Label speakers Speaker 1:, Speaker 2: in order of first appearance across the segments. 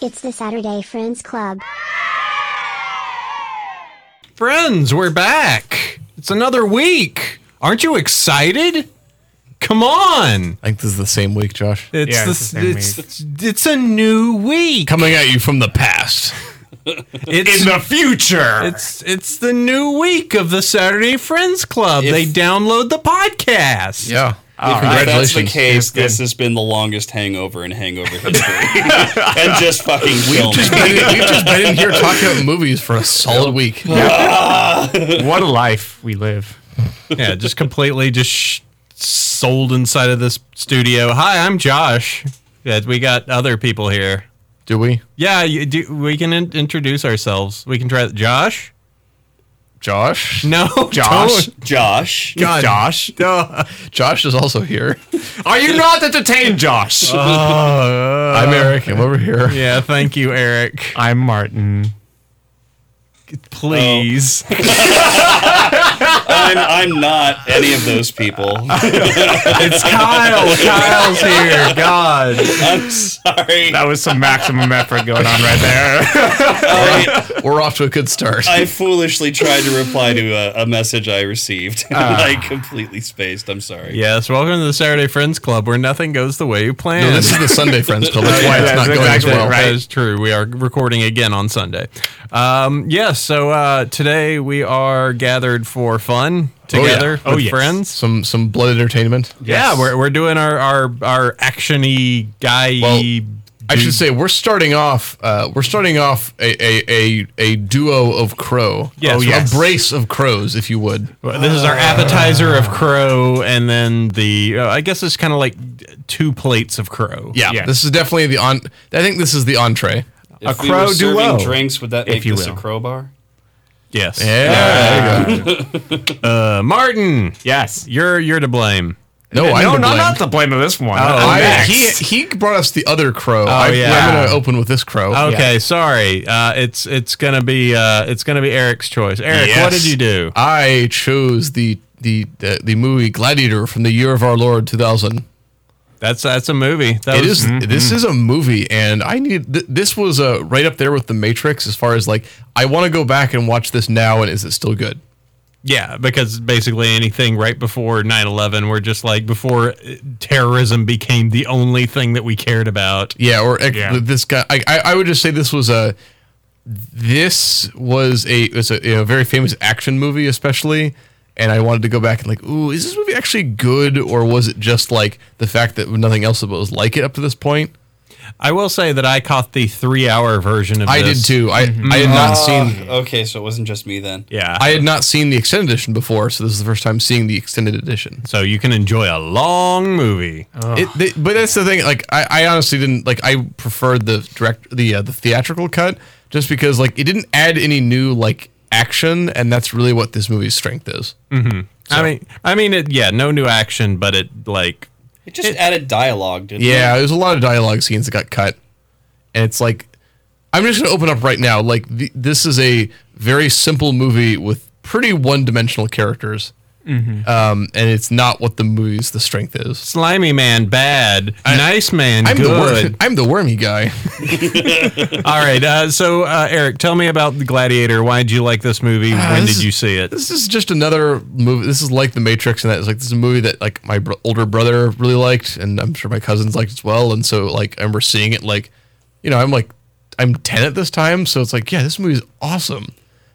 Speaker 1: It's the Saturday Friends Club.
Speaker 2: Friends, we're back. It's another week. Aren't you excited? Come on.
Speaker 3: I think this is the same week, Josh.
Speaker 2: It's
Speaker 4: Yeah,
Speaker 2: the,
Speaker 4: it's the same
Speaker 2: it's, it's a new week.
Speaker 3: Coming at you from the past.
Speaker 2: It's
Speaker 4: the future.
Speaker 2: it's it's the new week of the Saturday Friends Club.
Speaker 3: If-
Speaker 2: they download the podcast.
Speaker 3: Yeah.
Speaker 5: If that's
Speaker 3: Congratulations.
Speaker 5: the case, this has been the longest hangover in hangover history. and just fucking
Speaker 3: We've
Speaker 5: film.
Speaker 3: just, been, we've just been in here talking about movies for a solid week.
Speaker 4: what a life we live.
Speaker 2: yeah, just completely just sh- sold inside of this studio. Hi, I'm Josh. Yeah, we got other people here.
Speaker 3: Do we?
Speaker 2: Yeah, you, do, we can in- introduce ourselves. We can try Josh.
Speaker 3: Josh?
Speaker 2: No,
Speaker 4: Josh?
Speaker 2: don't.
Speaker 5: Josh.
Speaker 4: Josh.
Speaker 3: Josh is also here.
Speaker 4: Are you not entertained, Josh?
Speaker 3: I'm Eric. I'm over here.
Speaker 2: Uh, Yeah, thank you, Eric.
Speaker 4: I'm Martin. Oh.
Speaker 2: Please.
Speaker 5: I'm, I'm not any of those people.
Speaker 2: it's Kyle. Kyle's here. God.
Speaker 5: I'm sorry.
Speaker 4: That was some maximum effort going on right there.
Speaker 5: I,
Speaker 3: We're off to a good start.
Speaker 5: I foolishly tried to reply to a, a message I received. and I completely spaced. I'm sorry.
Speaker 2: Yes, welcome to the Saturday Friends Club where nothing goes the way you planned.
Speaker 3: No, this is the Sunday Friends Club. That's
Speaker 4: yeah,
Speaker 3: why it's
Speaker 4: that's
Speaker 3: not going
Speaker 4: exactly
Speaker 3: as well.
Speaker 4: right.
Speaker 2: That is true. We are recording again on Sunday. Um, yes, so uh, today we are gathered for fun
Speaker 3: yeah.
Speaker 2: together
Speaker 4: Oh,
Speaker 2: with
Speaker 4: yes.
Speaker 2: friends.
Speaker 3: Some some blood entertainment.
Speaker 2: Yeah, we're, we're doing our our our actiony guy.
Speaker 3: Well, I should say we're starting off. Uh, we're starting off a a, a a duo of crow.
Speaker 2: Yes.
Speaker 3: Oh,
Speaker 2: Oh,
Speaker 4: yes.
Speaker 3: a brace of crows, if you would.
Speaker 2: this is our
Speaker 3: Uh,
Speaker 2: appetizer of crow, and then the uh, I guess it's kind of like two plates of crow.
Speaker 3: Yeah,
Speaker 4: Yes.
Speaker 3: this is definitely the on. I think this is the entree.
Speaker 5: If
Speaker 2: A crow
Speaker 5: serving
Speaker 2: duo,
Speaker 5: drinks, would that
Speaker 4: if
Speaker 5: make
Speaker 4: you
Speaker 5: this
Speaker 4: will.
Speaker 5: a crowbar?
Speaker 2: Yes.
Speaker 3: Yeah.
Speaker 2: Uh, Martin,
Speaker 4: Yes.
Speaker 2: you're you're to blame.
Speaker 3: No, I'm
Speaker 4: no,
Speaker 3: Oh, to
Speaker 4: no,
Speaker 3: blame. Oh,
Speaker 4: not the blame of this one.
Speaker 3: I,
Speaker 4: Next.
Speaker 3: he he brought us the other crow.
Speaker 4: Oh,
Speaker 3: I,
Speaker 2: yeah.
Speaker 3: I'm going to open with this crow.
Speaker 2: Okay, sorry. Uh, it's it's gonna be uh, it's gonna be Eric's choice. Eric, what did
Speaker 3: Yes.
Speaker 2: you do?
Speaker 3: I chose the the the, the movie Gladiator from the year of our Lord 2000.
Speaker 2: That's that's a movie. That
Speaker 3: It
Speaker 2: was- Mhm.
Speaker 3: is- This is a movie, and I need. Th- this was uh, right up there with The Matrix as far as like I want to go back and watch this now, and is it still good?
Speaker 2: Yeah, because basically anything right before 9/11, we're just like before uh, terrorism became the only thing that we cared about.
Speaker 3: Yeah, or ex-
Speaker 4: Yeah.
Speaker 3: this guy. I, I I would just say this was a this was a was a, you know, very famous action movie, especially. And I wanted to go back and like, ooh, is this movie actually good, or was it just like the fact that nothing else was like it up to this point?
Speaker 2: I will say that I caught the 3-hour version of
Speaker 3: I did
Speaker 2: this.
Speaker 3: too. I I had not seen
Speaker 5: Ah, Okay, so it wasn't just me then.
Speaker 2: Yeah.
Speaker 3: I had not seen the extended edition before, so this is the first time seeing the extended edition.
Speaker 2: so you can enjoy a long movie.
Speaker 3: It, they, but that's the thing. Like, I, I honestly didn't like. I preferred the direct, the uh, the theatrical cut, just because like it didn't add any new like action, and that's really what this movie's strength is.
Speaker 2: I mean I mean it yeah, no new action, but it like
Speaker 5: It just added dialogue, didn't
Speaker 3: Yeah, there's a lot of dialogue scenes that got cut, and it's like, I'm just gonna open up right now. Like, the, this is a very simple movie with pretty one-dimensional characters, um, and it's not what the movie's the strength is.
Speaker 2: slimy man bad, nice man
Speaker 3: I'm the
Speaker 2: good.
Speaker 3: worm, I'm the wormy guy.
Speaker 2: All right. Uh, so, uh, Eric, tell me about The Gladiator. Why did you like this movie? when
Speaker 3: Uh, this
Speaker 2: did
Speaker 3: is-
Speaker 2: you see it?
Speaker 3: this is just another movie. This is like The Matrix, and that is like this is a movie that like my br- older brother really liked, and I'm sure my cousins liked as well. And so like I remember seeing it like, you know, I'm like I'm ten at this time, so it's like yeah, this movie's awesome.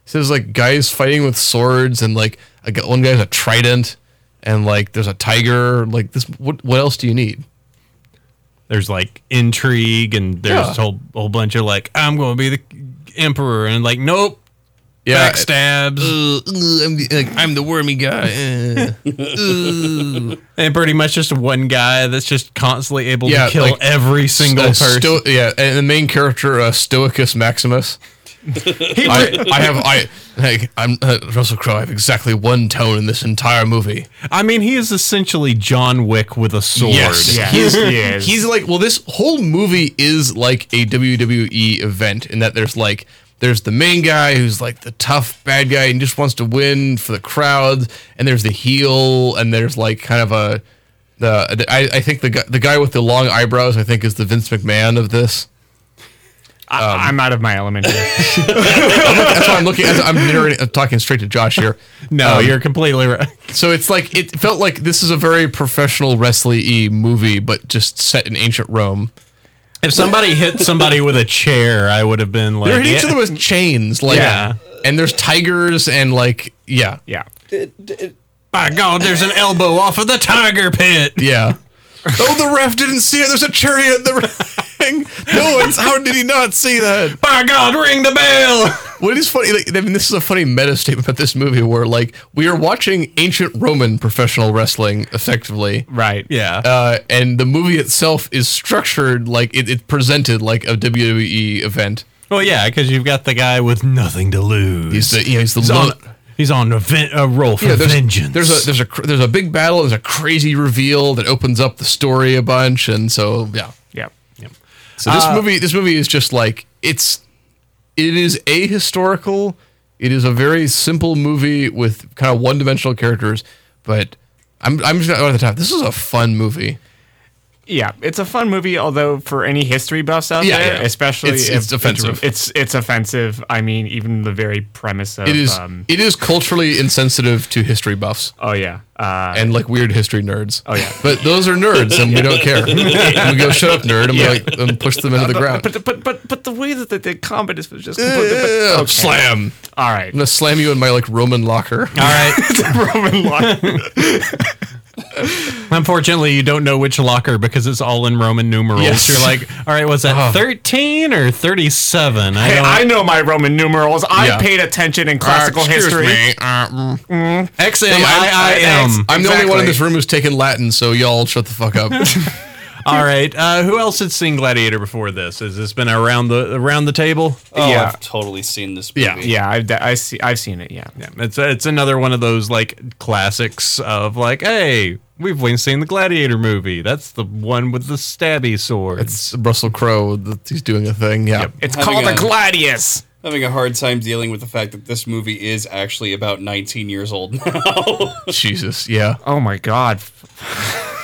Speaker 3: So there's like guys fighting with swords, and like I got one guy's a trident, and like there's a tiger. Like this, what what else do you need?
Speaker 2: There's like intrigue and there's
Speaker 3: Yeah.
Speaker 2: a whole, whole bunch of like, I'm going to be the emperor. And like, nope,
Speaker 3: Yeah,
Speaker 2: backstabs.
Speaker 3: uh, uh, I'm the, like, I'm the wormy guy. eh.
Speaker 2: and pretty much just one guy that's just constantly able
Speaker 3: Yeah,
Speaker 2: to kill
Speaker 3: like,
Speaker 2: every single
Speaker 3: Uh,
Speaker 2: person.
Speaker 3: Sto- yeah, and the main character, uh, Stoicus Maximus. I, I have I like I'm uh, Russell Crowe. I have exactly one tone in this entire movie.
Speaker 2: I mean, he is essentially John Wick with a sword.
Speaker 3: Yes,
Speaker 4: Yes,
Speaker 3: he's,
Speaker 4: he is.
Speaker 3: he's like well, this whole movie is like a WWE event in that there's like there's the main guy who's like the tough bad guy and just wants to win for the crowd, and there's the heel, and there's like kind of a the I, I think the guy the guy with the long eyebrows I think is the Vince McMahon of this.
Speaker 4: I, I'm out of my element here.
Speaker 3: That's why I'm looking. I'm, narrating, I'm talking straight to Josh here.
Speaker 2: No,
Speaker 3: Um,
Speaker 2: you're completely right.
Speaker 3: So it's like it felt like this is a very professional wrestling y movie, but just set in ancient Rome.
Speaker 2: If somebody hit somebody with a chair, I would have been like,
Speaker 3: They're hitting
Speaker 2: yeah.
Speaker 3: each other with chains, like,
Speaker 2: Yeah.
Speaker 3: and there's tigers and like, yeah,
Speaker 4: Yeah.
Speaker 2: by God, there's an elbow off of the tiger pit.
Speaker 3: yeah. oh, the ref didn't see it. There's a chariot in the ring. No, it's how did he not see that?
Speaker 2: By God, ring the bell.
Speaker 3: What is funny? Like, I mean, this is a funny meta statement about this movie, where like we are watching ancient Roman professional wrestling, effectively.
Speaker 4: Right.
Speaker 2: Yeah.
Speaker 3: uh, and the movie itself is structured like it, it presented like a WWE event.
Speaker 2: well, yeah, because you've got the guy with nothing to lose.
Speaker 3: He's the, you know, he's the
Speaker 2: He's
Speaker 3: lone-
Speaker 2: on, he's on a, ven- a roll for
Speaker 3: you know, there's,
Speaker 2: vengeance.
Speaker 3: there's a there's a cr- there's a big battle. There's a crazy reveal that opens up the story a bunch, and so yeah.
Speaker 4: Yeah.
Speaker 3: So this
Speaker 2: Uh,
Speaker 3: movie this movie is just like it's it is ahistorical. It is a very simple movie with kind of one dimensional characters, but I'm I'm just gonna go at the top. This is a fun movie.
Speaker 4: Yeah, it's a fun movie, although for any history buffs out
Speaker 3: Yeah,
Speaker 4: there,
Speaker 3: yeah.
Speaker 4: especially
Speaker 3: It's-
Speaker 4: if
Speaker 3: it's offensive.
Speaker 4: It's it's offensive. I mean, even the very premise of
Speaker 3: It is
Speaker 4: Um,
Speaker 3: it is culturally insensitive to history buffs.
Speaker 4: oh yeah, uh,
Speaker 3: and like weird history nerds. Oh
Speaker 4: yeah.
Speaker 3: but those are nerds, and we don't care. and we go, "Shut up, nerd!" and we like and push them into the ground.
Speaker 4: but but but but the way that they did combat is was just completely, but-
Speaker 3: Yeah,
Speaker 4: okay.
Speaker 3: Slam!
Speaker 4: All right,
Speaker 3: I'm gonna slam you in my like Roman locker.
Speaker 2: All right.
Speaker 4: Roman lock.
Speaker 2: Unfortunately, you don't know which locker because it's all in Roman numerals.
Speaker 3: Yes. Oh.
Speaker 2: You're like, all right, what's that, 13 or 37? I
Speaker 4: Hey,
Speaker 2: don't
Speaker 4: I know my Roman numerals. I
Speaker 3: Yeah.
Speaker 4: paid attention in classical history.
Speaker 2: X M I I M.
Speaker 4: XMIIM.
Speaker 3: I'm the only one in
Speaker 4: Exactly.
Speaker 3: this room who's taken Latin, so y'all shut the fuck up.
Speaker 2: All right. Uh, who else had seen Gladiator before this? Has this been around the around the table?
Speaker 5: Oh,
Speaker 4: Yeah.
Speaker 5: I've totally seen this movie.
Speaker 3: Yeah,
Speaker 4: Yeah, I've de- I see. I've seen it. Yeah.
Speaker 2: Yeah, it's it's another one of those like classics of like, hey, we've only seen the Gladiator movie. That's the one with the stabby sword.
Speaker 3: It's Russell Crowe. that He's doing a thing. Yeah.
Speaker 4: It's
Speaker 5: Having
Speaker 4: called the
Speaker 5: a-
Speaker 4: Gladius.
Speaker 5: Having a hard time dealing with the fact that this movie is actually about 19 years old now.
Speaker 3: Jesus. Yeah.
Speaker 4: Oh my God.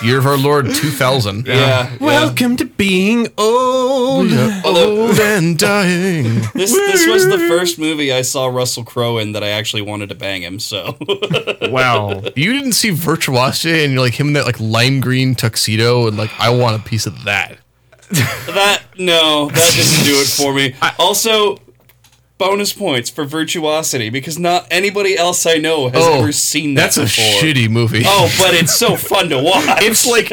Speaker 3: Year of our Lord 2000.
Speaker 5: yeah.
Speaker 2: Welcome to being old.
Speaker 3: Old and dying.
Speaker 5: This this was the first movie I saw Russell Crowe in that I actually wanted to bang him. So
Speaker 4: Well,
Speaker 3: You didn't see Virtuosity and you're like him in that like lime green tuxedo and like I want a piece of that.
Speaker 5: that no, that didn't do it for me. also, bonus points for virtuosity because not anybody else I know has ever seen that
Speaker 3: Oh, That's a
Speaker 5: before.
Speaker 3: shitty movie.
Speaker 5: Oh, but it's so fun to watch.
Speaker 3: It's like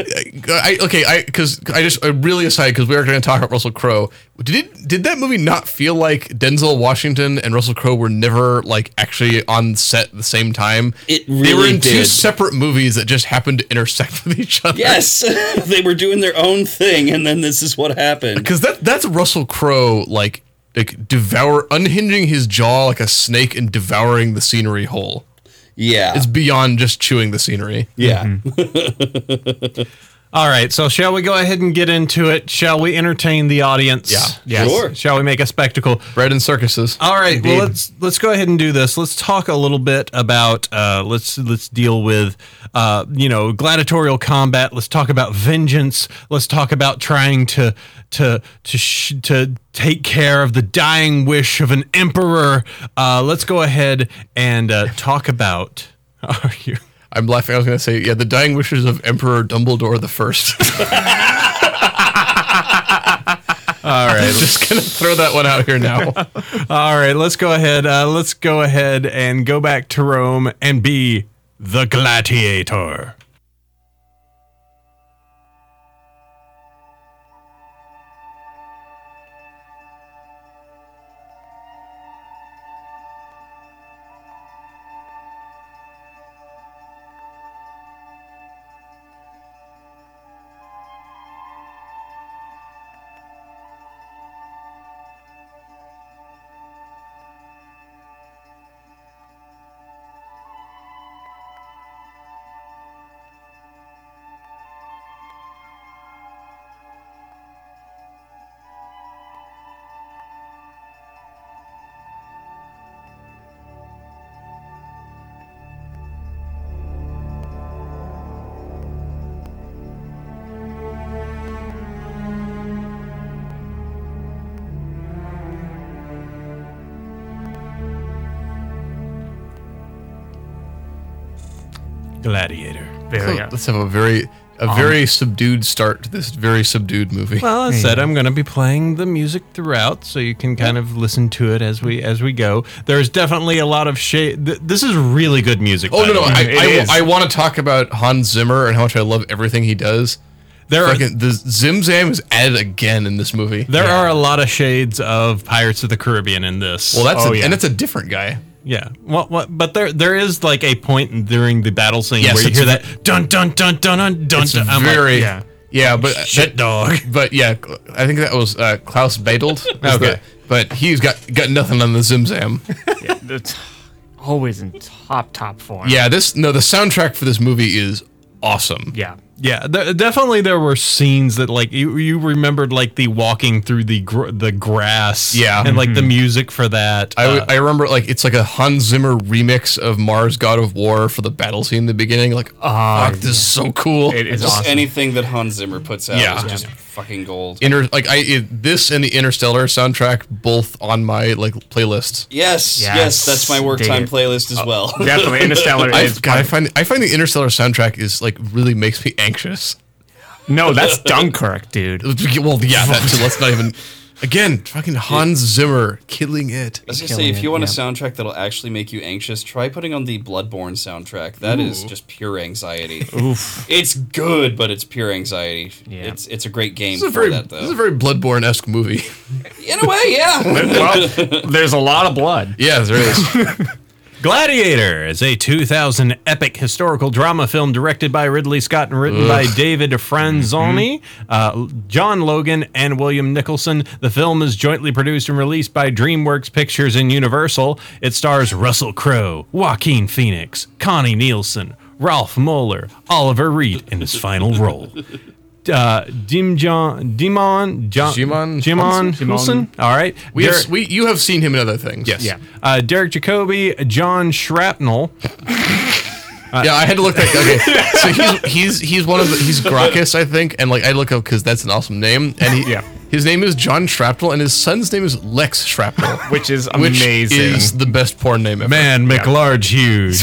Speaker 3: I okay, I because I just I really aside because we are going to talk about Russell Crowe. Did it, did that movie not feel like Denzel Washington and Russell Crowe were never like actually on set at the same time?
Speaker 5: It
Speaker 3: they were
Speaker 5: really
Speaker 3: in two
Speaker 5: did.
Speaker 3: separate movies that just happened to intersect with each other.
Speaker 5: yes, they were doing their own thing, and then this is what happened.
Speaker 3: because that that's Russell Crowe like like devour unhinging his jaw like a snake and devouring the scenery whole.
Speaker 5: Yeah,
Speaker 3: It's Mm-hmm. beyond just chewing the scenery.
Speaker 5: yeah.
Speaker 2: All right, so shall we go ahead and get into it? Shall we entertain the audience?
Speaker 3: Yeah.
Speaker 4: yes.
Speaker 5: Sure.
Speaker 2: Shall we make a spectacle?
Speaker 3: Bread and circuses.
Speaker 2: All right, well let's let's go ahead and do this. Let's talk a little bit about uh, let's let's deal with uh, you know gladiatorial combat. Let's talk about vengeance. Let's talk about trying to to to sh- to take care of the dying wish of an emperor. Uh, let's go ahead and uh, talk about. Are you?
Speaker 3: I'm laughing. I was going to say, yeah, the dying wishes of Emperor Dumbledore the First.
Speaker 2: All right,
Speaker 3: just going to throw that one out here now.
Speaker 2: all right. Let's go ahead. Uh, let's go ahead and go back to Rome and be the gladiator. Gladiator.
Speaker 4: Very. uh,
Speaker 3: Let's have a very a
Speaker 4: Um,
Speaker 3: very subdued start to this very subdued movie.
Speaker 2: Well, I Uh, said I'm going to be playing the music throughout, so you can kind of listen to it as we as we go. There's definitely a lot of shade. Th- this is really good music.
Speaker 3: oh
Speaker 2: by
Speaker 3: no,
Speaker 2: the
Speaker 3: no,
Speaker 2: way.
Speaker 3: I
Speaker 4: It
Speaker 3: I,
Speaker 4: is.
Speaker 3: I want to talk about Hans Zimmer and how much I love everything he does.
Speaker 2: there are
Speaker 3: Fucking, the Zim Zam is added again in this movie.
Speaker 2: there are a lot of shades of Pirates of the Caribbean in this.
Speaker 3: well, that's
Speaker 4: Oh,
Speaker 3: a,
Speaker 4: yeah.
Speaker 3: and it's a different guy.
Speaker 2: yeah. Well, well, but there there is like a point during the battle scene
Speaker 3: Yes,
Speaker 2: where you
Speaker 3: it's
Speaker 2: hear
Speaker 3: ve-
Speaker 2: that dun dun dun dun dun dun.
Speaker 3: It's
Speaker 2: dun. I'm like,
Speaker 3: very
Speaker 4: yeah.
Speaker 3: yeah, yeah, but
Speaker 2: shit dog.
Speaker 3: but yeah, I think that was uh, Klaus Badelt.
Speaker 2: Okay.
Speaker 3: but he's got got nothing on the Zim Zam.
Speaker 4: yeah, that's always in top top form.
Speaker 3: yeah, this no, the soundtrack for this movie is awesome.
Speaker 4: Yeah.
Speaker 2: Yeah, there, definitely there were scenes that like you, you remembered like the walking through the gr- the grass.
Speaker 3: Yeah.
Speaker 2: and like the
Speaker 4: Mm-hmm.
Speaker 2: music for that.
Speaker 3: I,
Speaker 2: uh,
Speaker 3: I remember like it's like a Hans Zimmer remix of Mars God of War for the battle scene in the beginning. Like, oh,
Speaker 4: Ah,
Speaker 3: fuck, this is so cool.
Speaker 4: It is
Speaker 5: Just
Speaker 4: awesome.
Speaker 5: anything that Hans Zimmer puts out
Speaker 3: Yeah.
Speaker 5: is just fucking gold.
Speaker 3: Inter- like I it, this and the Interstellar soundtrack both on my like playlists.
Speaker 5: Yes, yes,
Speaker 4: Yes,
Speaker 5: that's my work
Speaker 4: dig
Speaker 5: time
Speaker 4: it.
Speaker 5: playlist as well.
Speaker 4: Definitely Interstellar
Speaker 3: I
Speaker 4: is.
Speaker 3: God, I find I find the Interstellar soundtrack is like really makes me anxious.
Speaker 4: No, that's Dunkirk, dude.
Speaker 3: Well, yeah, that too. Let's not even. Again, fucking Hans Zimmer killing it.
Speaker 5: I was gonna say,
Speaker 4: Killing
Speaker 5: if you
Speaker 4: it,
Speaker 5: want a
Speaker 4: yeah.
Speaker 5: soundtrack that'll actually make you anxious, try putting on the Bloodborne soundtrack. That is just pure anxiety.
Speaker 4: Oof.
Speaker 5: It's good, but it's pure anxiety.
Speaker 4: Yeah.
Speaker 5: It's it's a great game
Speaker 3: This is a
Speaker 5: for
Speaker 3: very
Speaker 5: that
Speaker 3: this is a
Speaker 5: though.
Speaker 3: very Bloodborne esque movie.
Speaker 5: In a way, yeah.
Speaker 4: Well, there's a lot of blood.
Speaker 3: Yeah, there is.
Speaker 2: Gladiator is a 2000 epic historical drama film directed by Ridley Scott and written by David Franzoni, uh, John Logan, and William Nicholson. The film is jointly produced and released by DreamWorks Pictures and Universal. It stars Russell Crowe, Joaquin Phoenix, Connie Nielsen, Ralph Moeller, Oliver Reed in his final role. Uh, Dimjon, Dimon, John,
Speaker 3: Jimon
Speaker 2: Jimon,
Speaker 3: Hunson?
Speaker 2: Hunson? All right.
Speaker 3: We
Speaker 2: Derek-
Speaker 3: have, we you have seen him in other things. Yes.
Speaker 4: Yeah.
Speaker 2: uh, Derek Jacobi, John Shrapnel.
Speaker 3: yeah, I had to look that. Okay, so he's he's he's one of the, he's Gracchus, I think, and like I look up because that's an awesome name, and he,
Speaker 4: Yeah.
Speaker 3: his name is John Shrapnel, and his son's name is Lex Shrapnel,
Speaker 4: Which is
Speaker 3: which
Speaker 4: amazing.
Speaker 3: is the best porn name ever.
Speaker 2: Man, McLarge Huge.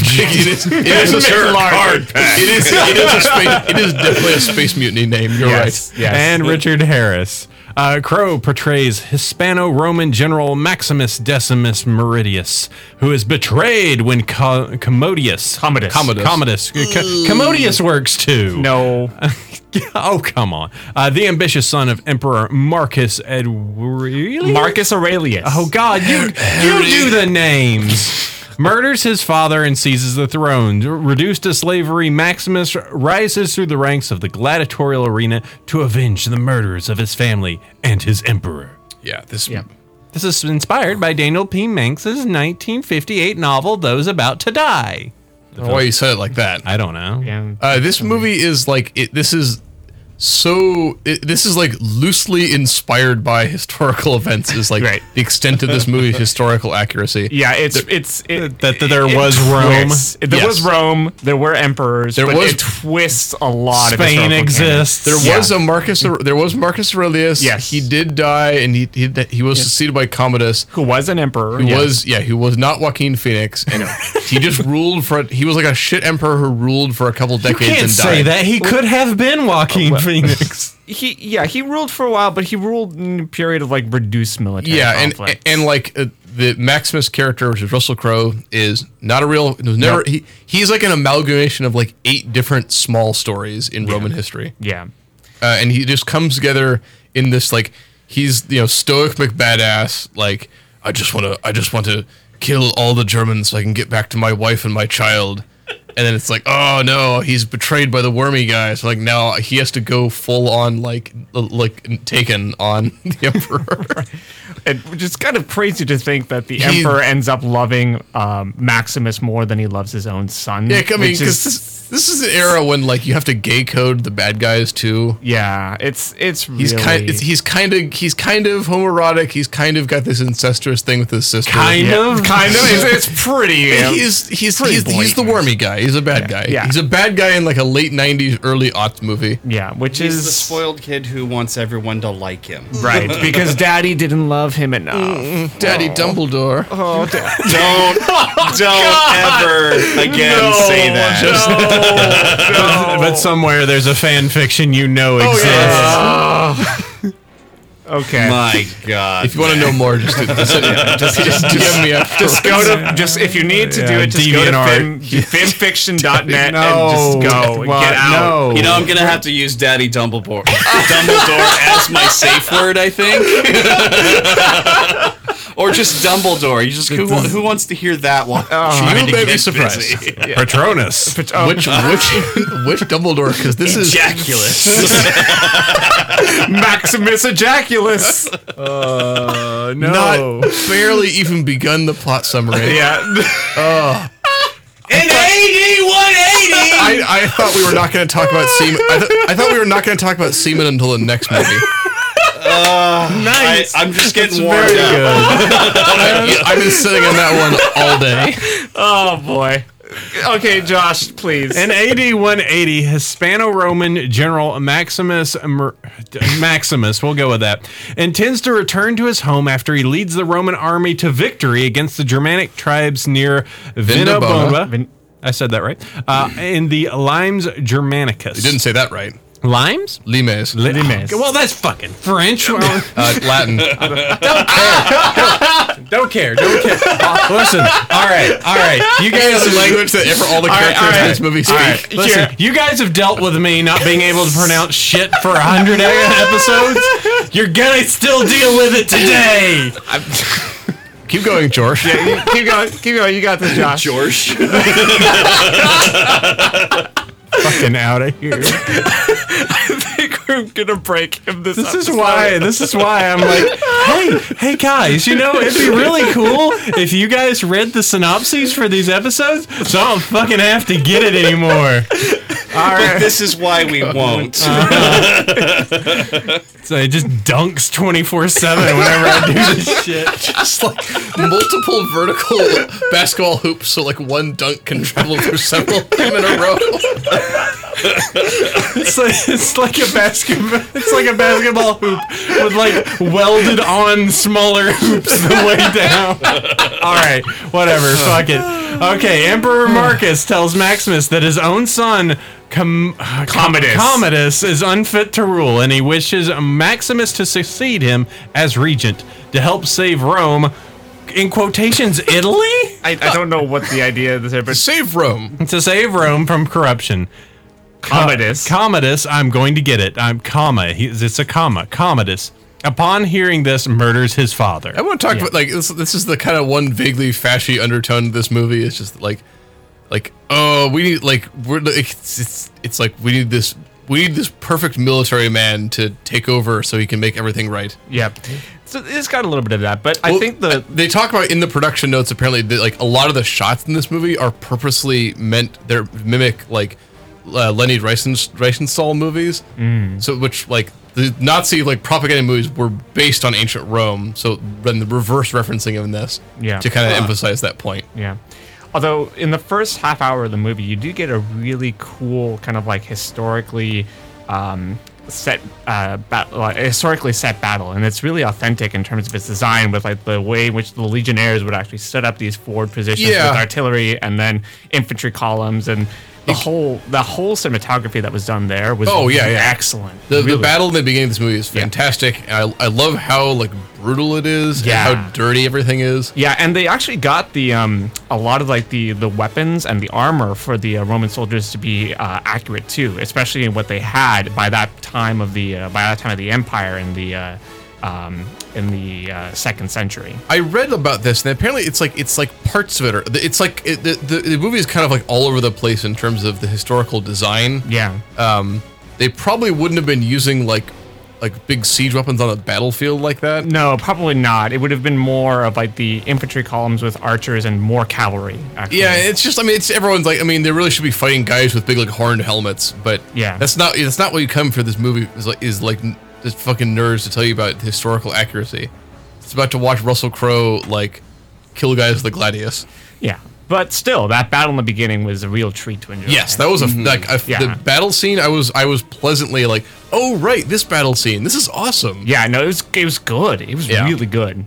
Speaker 3: it is, it is a
Speaker 4: Mr. Large.
Speaker 3: It is it is a space, it is definitely a space mutiny name. You're
Speaker 4: Yes.
Speaker 3: right.
Speaker 4: Yes.
Speaker 2: And Richard Harris. Uh, Crow portrays Hispano Roman general Maximus Decimus Meridius, who is betrayed when Co- Commodius.
Speaker 4: Commodus.
Speaker 2: Commodus. Commodus. Co- Commodius works too.
Speaker 4: No.
Speaker 2: oh, come on. Uh, the ambitious son of Emperor Marcus Aurelius.
Speaker 4: Marcus Aurelius.
Speaker 2: Oh God, you you do the names. Murders his father and seizes the throne. Reduced to slavery, Maximus rises through the ranks of the gladiatorial arena to avenge the murders of his family and his emperor.
Speaker 3: Yeah, this
Speaker 4: Yeah.
Speaker 2: This is inspired by Daniel P. Manx's 1958 novel 'Those About to Die*.
Speaker 3: why you said it like that.
Speaker 2: I don't know.
Speaker 4: Yeah.
Speaker 3: Uh, this movie is like it, this is so it, this is like loosely inspired by historical events is like
Speaker 4: Right.
Speaker 3: the extent of this movie's historical accuracy.
Speaker 4: Yeah, it's it's it,
Speaker 2: That- that there was Rome.
Speaker 4: twists. There was
Speaker 3: Yes.
Speaker 4: Rome. There were emperors.
Speaker 3: There
Speaker 4: but
Speaker 3: was-
Speaker 4: it twists a lot of
Speaker 2: Spain
Speaker 4: historical
Speaker 2: exists.
Speaker 3: There
Speaker 4: Yeah.
Speaker 3: was a Marcus. Aur- There was Marcus Aurelius.
Speaker 4: Yes.
Speaker 3: he did die, and he he, he was succeeded by Commodus,
Speaker 4: canon. Who was an emperor?
Speaker 3: who
Speaker 4: yeah.
Speaker 3: was yeah, who was not Joaquin Phoenix, and he just ruled for. He was like a shit emperor who ruled for a couple decades
Speaker 2: Can't
Speaker 3: and
Speaker 2: say
Speaker 3: died.
Speaker 2: that he could have been Joaquin Phoenix.
Speaker 4: he yeah he ruled for a while, but he ruled in a period of like reduced military
Speaker 3: Yeah, and,
Speaker 4: conflict.
Speaker 3: and like uh, the Maximus character, which is Russell Crowe, is not a real. Was never he, he's like an amalgamation of like eight different small stories in Roman history,
Speaker 4: yeah,
Speaker 3: uh, and he just comes together in this like he's you know stoic McBadass. Like I just want to, I just want to kill all the Germans so I can get back to my wife and my child. And then it's like, oh no, he's betrayed by the wormy guy. So like now he has to go full on like l- like taken on the emperor.
Speaker 4: it, which is kind of crazy to think that the
Speaker 3: He-
Speaker 4: emperor ends up loving um, Maximus more than he loves his own son.
Speaker 3: Yeah, I mean,
Speaker 4: which
Speaker 3: because
Speaker 4: is-
Speaker 3: this, this is an era when like you have to gay code the bad guys too.
Speaker 4: yeah, it's it's
Speaker 3: He's
Speaker 4: really,
Speaker 3: kind, it's, he's kind of, he's kind of homoerotic. He's kind of got this incestuous thing with his sister.
Speaker 2: Kind
Speaker 4: yeah,
Speaker 2: of.
Speaker 4: kind of it's, it's pretty.
Speaker 3: he's he's he's, he's the
Speaker 4: blatant.
Speaker 3: wormy guy. he's a bad guy.
Speaker 4: yeah.
Speaker 3: He's a bad guy in like a late 90s, early aughts movie.
Speaker 4: Yeah, which
Speaker 5: He's
Speaker 4: is
Speaker 5: the spoiled kid who wants everyone to like him.
Speaker 4: right because Daddy didn't love him enough.
Speaker 3: Daddy Dumbledore.
Speaker 5: Don't, don't ever again say that.
Speaker 2: But, but somewhere there's a fan fiction you know exists.
Speaker 4: Oh, Okay,
Speaker 5: My God.
Speaker 3: If you want to know more, just, just, just, just DM me after.
Speaker 4: just go to just if you need to do
Speaker 2: Yeah,
Speaker 4: it, just go to fin,
Speaker 2: DeviantArt.
Speaker 4: finfiction.net
Speaker 2: No.
Speaker 4: and just go and
Speaker 2: Well,
Speaker 4: get out.
Speaker 2: no.
Speaker 5: You know, I'm gonna have to use Daddy Dumbledore, Dumbledore as my safe word, I think, or just Dumbledore. You just who, wa- who wants to hear that one? Trying
Speaker 3: You
Speaker 5: to
Speaker 3: may be
Speaker 5: get
Speaker 3: surprised.
Speaker 5: busy.
Speaker 2: Patronus.
Speaker 3: Which, which, which Dumbledore? Because this is.
Speaker 5: Ejaculus.
Speaker 4: Maximus Ejaculus.
Speaker 3: Not barely even begun the plot summary.
Speaker 4: yeah.
Speaker 5: In AD 180,
Speaker 3: I, I thought we were not going to talk about semen. I, th- I thought we were not going to talk about semen until the next movie.
Speaker 5: I, I'm just getting warmed up.
Speaker 3: I, I've been sitting on that one all day.
Speaker 4: Oh boy. Okay, Josh, please.
Speaker 2: In AD 180, Hispano-Roman general Maximus Mer- Maximus, we'll go with that, intends to return to his home after he leads the Roman army to victory against the Germanic tribes near
Speaker 3: Vindobona.
Speaker 2: Vinobona. I said that right. Uh, in the Limes Germanicus.
Speaker 3: Didn't say that right.
Speaker 2: Limes?
Speaker 3: Limes.
Speaker 4: Limes.
Speaker 2: well, that's fucking French. Well,
Speaker 3: Uh, Latin.
Speaker 2: don't care. Don't care. Uh, listen. All right. All right. You guys
Speaker 3: It's a language that ever all the characters in this movie speak.
Speaker 2: Listen,
Speaker 4: Here.
Speaker 2: you guys have dealt with me not being able to pronounce shit for a hundred e- episodes. You're gonna still deal with it today.
Speaker 3: Keep going, George.
Speaker 4: keep going. Keep going. You got this, Josh.
Speaker 5: George.
Speaker 2: Fucking out of here.
Speaker 4: I think we're gonna break him this.
Speaker 2: This is why. This is why I'm like, hey, hey guys, you know it'd be really cool if you guys read the synopses for these episodes, so I don't fucking have to get it anymore.
Speaker 5: But this is why we won't.
Speaker 2: So it just dunks twenty four seven whenever I do this shit.
Speaker 3: Just like multiple vertical basketball hoops, so like one dunk can travel through several of them in a row.
Speaker 2: It's like, it's like a basketball. It's like a basketball hoop with like welded on smaller hoops the way down. All right, whatever. Fuck it. Okay, Emperor Marcus tells Maximus that his own son. Com- uh, Com-
Speaker 4: Commodus.
Speaker 2: Commodus is unfit to rule, and he wishes Maximus to succeed him as regent to help save Rome. In quotations, Italy?
Speaker 4: I, I don't know what the idea is here, but
Speaker 3: Save Rome.
Speaker 2: To save Rome from corruption.
Speaker 4: Commodus.
Speaker 2: Uh, Commodus, I'm going to get it. I'm comma. He, it's a comma. Commodus. Upon hearing this, murders his father.
Speaker 3: I
Speaker 4: Oh,
Speaker 3: want to talk about like this. This is the kind of one vaguely fashy undertone to this movie. It's just like, like oh, we need like we're like it's, it's it's like we need this we need this perfect military man to take over so he can make everything right.
Speaker 4: Yep. So it's got a little bit of that, but I
Speaker 3: Well,
Speaker 4: think the
Speaker 3: they talk about in the production notes apparently that like a lot of the shots in this movie are purposely meant they're mimic like uh, Lenny Riefenst- Riefenstahl movies.
Speaker 4: Mm.
Speaker 3: So which like the Nazi like propaganda movies were based on ancient Rome. So then the reverse referencing of this
Speaker 4: Yeah.
Speaker 3: to kind of emphasize that point.
Speaker 4: Yeah. Although in the first half hour of the movie, you do get a really cool kind of like historically um, set uh, bat- like, a historically set battle, and it's really authentic in terms of its design, with like the way in which the legionnaires would actually set up these forward positions
Speaker 3: Yeah.
Speaker 4: with artillery and then infantry columns, and the whole the whole cinematography that was done there was
Speaker 3: Oh, yeah, yeah.
Speaker 4: excellent.
Speaker 3: The, the
Speaker 4: Really.
Speaker 3: battle in the beginning of this movie is fantastic. I, I love how like brutal it is and
Speaker 4: Yeah.
Speaker 3: how dirty everything is.
Speaker 4: Yeah, and they actually got the um a lot of like the the weapons and the armor for the uh, Roman soldiers to be uh, accurate too, especially in what they had by that time of the uh, by that time of the empire in the uh, um in the uh, second century.
Speaker 3: I read about this, and apparently it's like it's like parts of it. Are, it's like it, the, the the movie is kind of like all over the place in terms of the historical design.
Speaker 4: Yeah,
Speaker 3: Um, they probably wouldn't have been using like like big siege weapons on a battlefield like that.
Speaker 4: no, probably not. It would have been more of like the infantry columns with archers and more cavalry. Actually.
Speaker 3: Yeah, it's just I mean it's everyone's like I mean they really should be fighting guys with big like horned helmets, but
Speaker 4: Yeah.
Speaker 3: that's not that's not what you come for. This movie is like is like n- just fucking nerds to tell you about historical accuracy. It's about to watch Russell Crowe like kill guys with a gladius.
Speaker 4: yeah. But still, that battle in the beginning was a real treat to enjoy.
Speaker 3: Yes, that was a like a,
Speaker 4: Mm-hmm. Yeah.
Speaker 3: the battle scene. I was I was pleasantly like, oh right, this battle scene. This is awesome.
Speaker 4: yeah, no, it was it was good. It was
Speaker 3: Yeah.
Speaker 4: really good.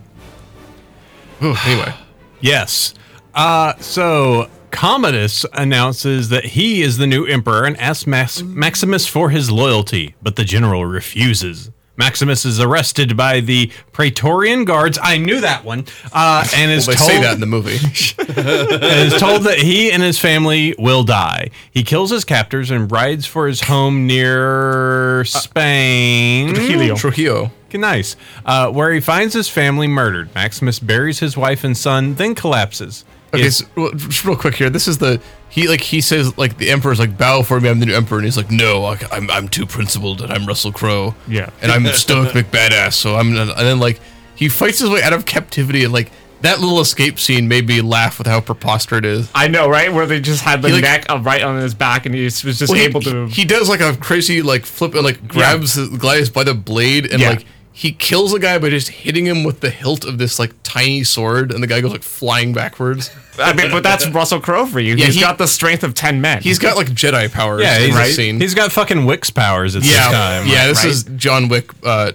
Speaker 3: Anyway,
Speaker 2: Yes. Uh, so Commodus announces that he is the new emperor and asks Max- Maximus for his loyalty, but the general refuses. Maximus is arrested by the Praetorian guards. I knew that one, uh, and is
Speaker 3: they
Speaker 2: told
Speaker 3: say that in the movie.
Speaker 2: and is told that he and his family will die. He kills his captors and rides for his home near Spain.
Speaker 3: Uh,
Speaker 4: Helio.
Speaker 3: Trujillo.
Speaker 2: Nice. Uh, where he finds his family murdered. Maximus buries his wife and son, then collapses. He
Speaker 3: Okay,
Speaker 2: is-
Speaker 3: so, well, just real quick here. This is the he like he says like the emperor's like bow for me. I'm the new emperor, and he's like, no, I, I'm I'm too principled, and I'm Russell Crowe.
Speaker 4: Yeah.
Speaker 3: and I'm stoic McBadass. So I'm and then like he fights his way out of captivity, and like that little escape scene made me laugh with how preposterous it is.
Speaker 4: I know, right? Where they just had the
Speaker 3: He, like-
Speaker 4: neck of right on his back, and he just- was just
Speaker 3: Well, he-
Speaker 4: able to.
Speaker 3: he, he does like a crazy like flip and like grabs the Goliath by the blade and
Speaker 4: Yeah.
Speaker 3: like he kills a guy by just hitting him with the hilt of this like tiny sword and the guy goes like flying backwards.
Speaker 4: I mean, but that's Russell Crowe for you. He's
Speaker 3: he-
Speaker 4: got the strength of ten men.
Speaker 3: He's got like Jedi powers.
Speaker 2: Yeah,
Speaker 3: in
Speaker 2: he's,
Speaker 3: this
Speaker 2: right?
Speaker 3: scene.
Speaker 2: he's got fucking Wix powers at
Speaker 3: yeah,
Speaker 2: this time.
Speaker 3: yeah. This
Speaker 4: right?
Speaker 3: is John Wick, uh,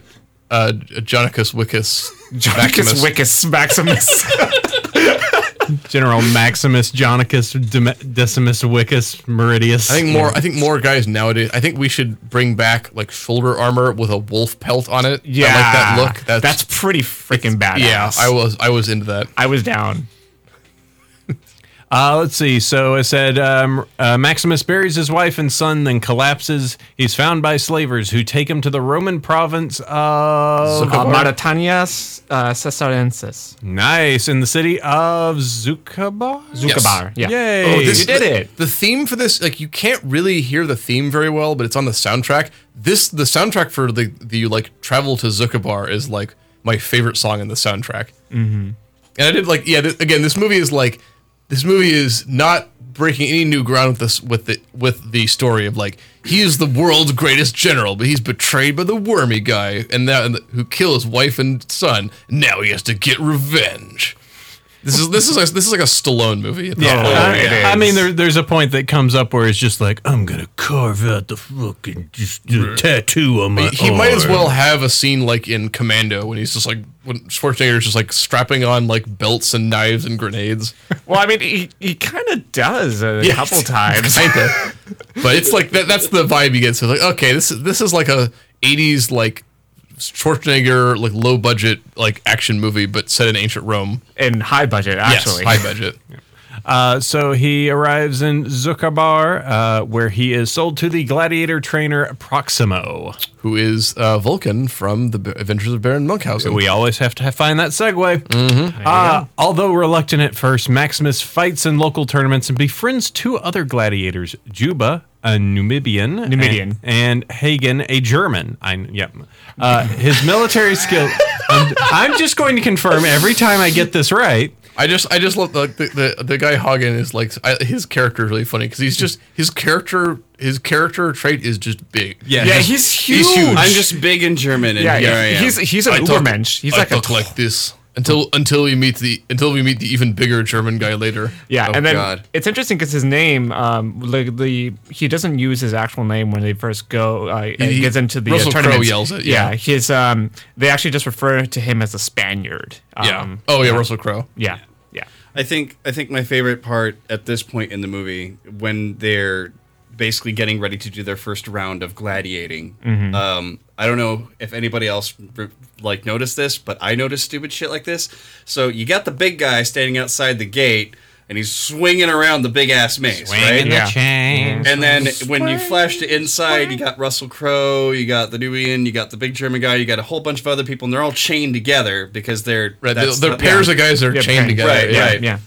Speaker 3: uh, Jonicus Wickus.
Speaker 4: Maximus.
Speaker 3: Maximus.
Speaker 4: Wickus Maximus.
Speaker 2: General Maximus Jonicus Dem- Decimus Wicus Meridius.
Speaker 3: I think more. I think more guys nowadays. I think we should bring back like shoulder armor with a wolf pelt on it.
Speaker 4: yeah,
Speaker 3: I like that look.
Speaker 4: That's, pretty freaking badass.
Speaker 3: yeah. I was I was into that.
Speaker 4: I was down.
Speaker 2: Uh, let's see. So I said um, uh, Maximus buries his wife and son, then collapses. He's found by slavers who take him to the Roman province of
Speaker 4: Uh, Mauritania uh, Caesarensis.
Speaker 2: nice in the city of Zucabar.
Speaker 4: Zucabar. Yeah.
Speaker 2: Yay.
Speaker 4: Oh, this, you did
Speaker 3: the,
Speaker 4: it.
Speaker 3: The theme for this, like, you can't really hear the theme very well, but it's on the soundtrack. This, the soundtrack for the the like travel to Zuckabar is like my favorite song in the soundtrack. Mm-hmm. And I did like, yeah. Th- again, this movie is like, this movie is not breaking any new ground with this with the with the story of like he is the world's greatest general, but he's betrayed by the wormy guy and that and the, who killed his wife and son. Now he has to get revenge. This is this is like, this is like a Stallone movie. at this
Speaker 2: Yeah,
Speaker 3: point.
Speaker 2: I,
Speaker 4: it
Speaker 2: I
Speaker 4: is.
Speaker 2: mean, there, there's a point that comes up where it's just like, I'm gonna carve out the fucking just the tattoo on my.
Speaker 3: he might as
Speaker 2: arm."
Speaker 3: well have a scene like in Commando when he's just like when Schwarzenegger's just like strapping on like belts and knives and grenades.
Speaker 4: Well, I mean, he, he kind of does a
Speaker 3: Yeah.
Speaker 4: couple times.
Speaker 3: Kinda. but it's like that, that's the vibe you get. So it's like okay, this is this is like a '80s like Schwarzenegger like low budget like action movie, but set in ancient Rome.
Speaker 4: In high budget, actually.
Speaker 3: yes, high budget.
Speaker 2: Uh, so he arrives in Zucabar, uh, where he is sold to the gladiator trainer Proximo.
Speaker 3: Who is uh, Vulcan from the B- Adventures of Baron Munchausen?
Speaker 2: We always have to find that segue.
Speaker 4: Mm-hmm.
Speaker 2: Uh, although reluctant at first, Maximus fights in local tournaments and befriends two other gladiators Juba, a Numidian,
Speaker 4: Numidian.
Speaker 2: and, and Hagen, a German. I, yep. Uh, his military skill. I'm, I'm just going to confirm every time I get this right.
Speaker 3: I just, I just love like the, the the guy Hagen is like I, his character is really funny because he's just his character his character trait is just big.
Speaker 4: yeah,
Speaker 2: his-
Speaker 4: he's huge.
Speaker 3: he's huge.
Speaker 5: I'm just big in German. And
Speaker 4: yeah,
Speaker 5: here I
Speaker 4: yeah,
Speaker 5: am.
Speaker 4: he's he's an
Speaker 3: I talk-
Speaker 4: Ubermensch. He's
Speaker 3: I
Speaker 4: like a
Speaker 3: talk like this until until we meet the until we meet the even bigger German guy later.
Speaker 4: Yeah,
Speaker 3: Oh,
Speaker 4: and then
Speaker 5: God.
Speaker 4: it's interesting because his name, um, like the he doesn't use his actual name when they first go uh, and
Speaker 3: he-
Speaker 4: gets into the uh,
Speaker 3: Russell Crowe
Speaker 4: tournament.
Speaker 3: yells it, yeah.
Speaker 4: his um, they actually just refer to him as a Spaniard. Um,
Speaker 3: yeah. oh yeah, Russell Crowe.
Speaker 4: yeah, yeah.
Speaker 5: I think I think my favorite part at this point in the movie when they're basically getting ready to do their first round of gladiating.
Speaker 3: Mm-hmm.
Speaker 5: Um, I don't know if anybody else r- like noticed this, but I noticed stupid shit like this. So you got the big guy standing outside the gate, and he's swinging around the big ass maze, right?
Speaker 4: Yeah.
Speaker 2: chain.
Speaker 5: And then when you flash to inside, you got Russell Crowe, you got the Nubian, you got the big German guy, you got a whole bunch of other people, and they're all chained together because they're
Speaker 3: Right, they're,
Speaker 5: that's
Speaker 3: they're
Speaker 5: the-
Speaker 3: pairs
Speaker 5: yeah
Speaker 3: of guys that are
Speaker 4: Yeah,
Speaker 3: chained
Speaker 4: right,
Speaker 3: together.
Speaker 5: right,
Speaker 3: yeah.
Speaker 5: right.
Speaker 4: yeah.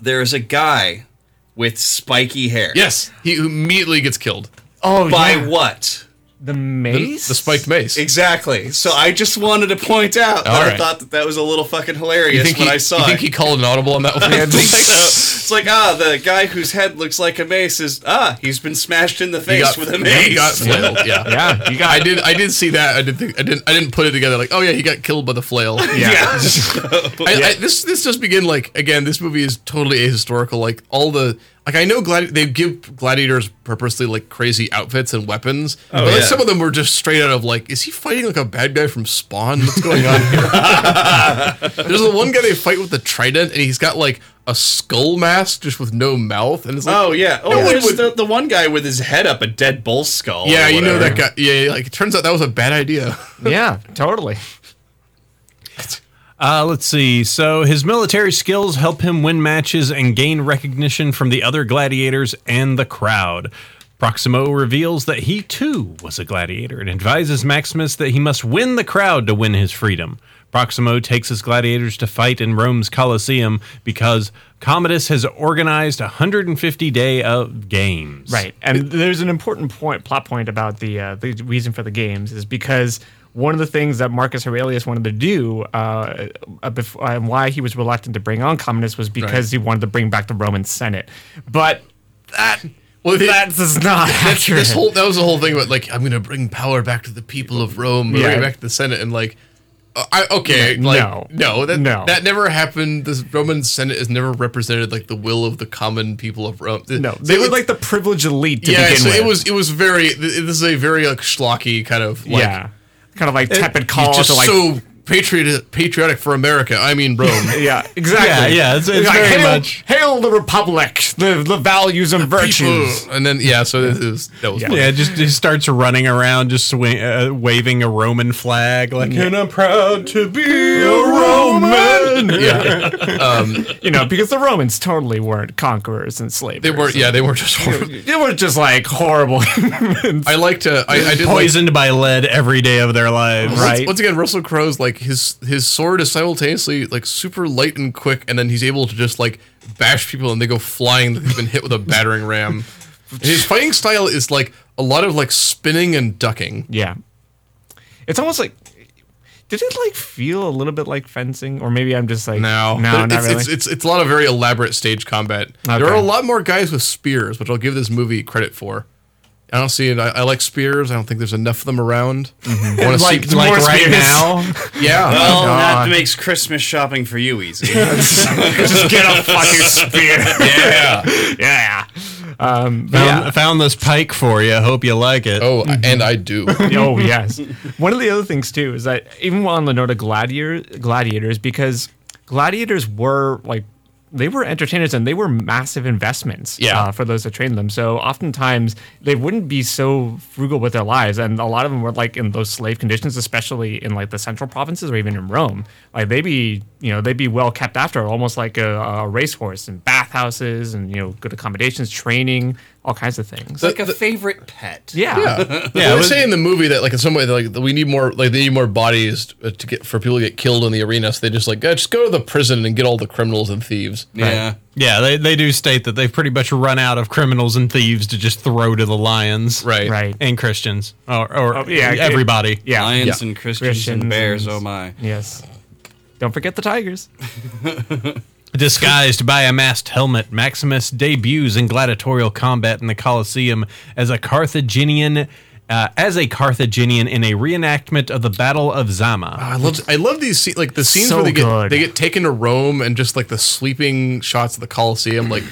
Speaker 5: there is a guy with spiky hair.
Speaker 3: Yes, he immediately gets killed.
Speaker 4: Oh,
Speaker 5: By
Speaker 4: yeah.
Speaker 5: what?
Speaker 4: The
Speaker 3: The,
Speaker 4: mace?
Speaker 3: the spiked mace.
Speaker 5: Exactly. So I just wanted to point out that
Speaker 3: All
Speaker 5: I
Speaker 3: right.
Speaker 5: thought that that was a little fucking hilarious when
Speaker 3: he,
Speaker 5: I saw
Speaker 3: you
Speaker 5: it.
Speaker 3: think he called an audible on that one?
Speaker 5: I think so. It's like ah, the guy whose head looks like a mace is ah, he's been smashed in the
Speaker 3: He
Speaker 5: face
Speaker 3: got-
Speaker 5: with a
Speaker 3: yeah,
Speaker 5: mace.
Speaker 3: he got flailed. Yeah.
Speaker 4: Yeah, you got
Speaker 3: I did. I did see that. I did. Think, I didn't. I didn't put it together. Like, oh yeah, he got killed by the flail.
Speaker 4: Yeah.
Speaker 3: I, I, this this does begin like again. This movie is totally ahistorical. Like all the like I know gladi- they give gladiators purposely like crazy outfits and weapons, but like,
Speaker 5: Oh, yeah.
Speaker 3: some of them were just straight out of like, is he fighting like a bad guy from Spawn? What's going on here? There's the one guy they fight with the trident, and he's got like a skull mask just with no mouth, and it's like,
Speaker 5: Oh yeah. Oh,
Speaker 3: No one
Speaker 5: there's
Speaker 3: would-
Speaker 5: the, the one guy with his head up a dead bull skull.
Speaker 3: yeah,
Speaker 5: or
Speaker 3: you know
Speaker 5: Oh, whatever.
Speaker 3: that guy. Yeah, yeah, like it turns out that was a bad idea.
Speaker 4: Yeah, totally.
Speaker 2: Uh, let's see. So his military skills help him win matches and gain recognition from the other gladiators and the crowd. Proximo reveals that he too was a gladiator and advises Maximus that he must win the crowd to win his freedom. Proximo takes his gladiators to fight in Rome's Colosseum because Commodus has organized 150 day of games.
Speaker 4: Right, and there's an important point, plot point about the uh, the reason for the games is because one of the things that Marcus Aurelius wanted to do, uh, uh, bef- uh, and why he was reluctant to bring on communists, was because he wanted to bring back the Roman Senate. But that
Speaker 3: Well, they-
Speaker 4: that is not
Speaker 3: That's
Speaker 4: accurate.
Speaker 3: this whole that was the whole thing about like I'm gonna bring power back to the people of Rome, bring
Speaker 4: Yeah.
Speaker 3: it back to the Senate, and like, uh, I, okay, like,
Speaker 4: no.
Speaker 3: no, that
Speaker 4: No.
Speaker 3: that never happened. The Roman Senate has never represented like the will of the common people of Rome.
Speaker 4: no, they were
Speaker 3: would
Speaker 4: like the privileged elite to
Speaker 3: yeah.
Speaker 4: begin
Speaker 3: So
Speaker 4: with.
Speaker 3: it was it was very th- this is a very like schlocky kind of like
Speaker 4: yeah, kind of like tepid
Speaker 3: he's
Speaker 4: call
Speaker 3: just
Speaker 4: to like
Speaker 3: so patriot patriotic for America. I mean Rome.
Speaker 4: Yeah, exactly.
Speaker 2: Yeah, yeah, it's- it's very
Speaker 4: hail,
Speaker 2: much-
Speaker 4: hail the republic, the, the values and virtues.
Speaker 3: People. And then yeah, so this is that was
Speaker 2: Yeah, just he starts running around, just swing, uh, waving a Roman flag, like, and I'm proud to be a Roman.
Speaker 3: yeah.
Speaker 4: You know, because the Romans totally weren't conquerors and slavers.
Speaker 3: They were yeah they were just horrible.
Speaker 4: They were just like horrible.
Speaker 3: I like to I, I did like
Speaker 2: Poisoned by lead every day of their lives.
Speaker 3: Once-
Speaker 4: Right.
Speaker 3: Once again, Russell Crowe's like his his sword is simultaneously like super light and quick, and then he's able to just like bash people and they go flying. like They've been hit with a battering ram. His fighting style is like a lot of like spinning and ducking.
Speaker 4: yeah, it's almost like. Did it like feel a little bit like fencing, or maybe I'm just like
Speaker 3: Now,
Speaker 4: no,
Speaker 3: But
Speaker 4: not
Speaker 3: it's,
Speaker 4: really.
Speaker 3: it's, it's it's a lot of very elaborate stage combat. There
Speaker 4: Okay.
Speaker 3: are a lot more guys with spears, which I'll give this movie credit for. I don't see it. I, I like spears. I don't think there's enough of them around. I want to
Speaker 4: Mm-hmm. like
Speaker 3: see,
Speaker 4: like
Speaker 2: More
Speaker 4: right
Speaker 2: spears.
Speaker 4: now,
Speaker 3: yeah.
Speaker 5: Well, that
Speaker 4: God.
Speaker 5: makes Christmas shopping for you easy.
Speaker 4: just get a fucking spear.
Speaker 3: yeah.
Speaker 4: yeah. Um, but
Speaker 2: Found,
Speaker 4: yeah.
Speaker 2: found this pike for you. Hope you like it.
Speaker 3: Oh,
Speaker 4: mm-hmm.
Speaker 3: and I do.
Speaker 4: oh yes. One of the other things too is that even while on the note of gladiator, gladiators, because gladiators were like they were entertainers and they were massive investments
Speaker 3: Yeah.
Speaker 4: uh, for those that trained them. So oftentimes they wouldn't be so frugal with their lives, and a lot of them were like in those slave conditions, especially in like the central provinces or even in Rome. Like they'd be, you know, they'd be well kept after, almost like a, a racehorse, and bathhouses, and you know, good accommodations, training, all kinds of things.
Speaker 5: like a favorite pet.
Speaker 4: yeah.
Speaker 3: Yeah,
Speaker 2: it
Speaker 3: they
Speaker 2: was-
Speaker 3: say in the movie that like in some way like we need more like they need more bodies uh, to get for people to get killed in the arena. So they just like "Yeah, just go to the prison and get all the criminals and thieves.
Speaker 5: Yeah.
Speaker 2: Yeah, they, they do state that they've pretty much run out of criminals and thieves to just throw to the lions.
Speaker 3: Right.
Speaker 4: Right.
Speaker 2: And Christians. Or, or
Speaker 4: Oh, yeah,
Speaker 2: everybody.
Speaker 4: Yeah.
Speaker 5: Lions
Speaker 3: Yeah.
Speaker 5: and Christians,
Speaker 4: Christians
Speaker 5: and bears,
Speaker 4: and-
Speaker 5: oh my.
Speaker 4: Yes. Don't forget the Tigers.
Speaker 2: Disguised by a masked helmet, Maximus debuts in gladiatorial combat in the Colosseum as a Carthaginian, uh, as a Carthaginian in a reenactment of the Battle of
Speaker 4: Oh,
Speaker 2: Zama.
Speaker 3: I love I love these scenes like the scenes
Speaker 4: So
Speaker 3: where they get
Speaker 4: good.
Speaker 3: they get taken to Rome and just like the sleeping shots of the Colosseum. Like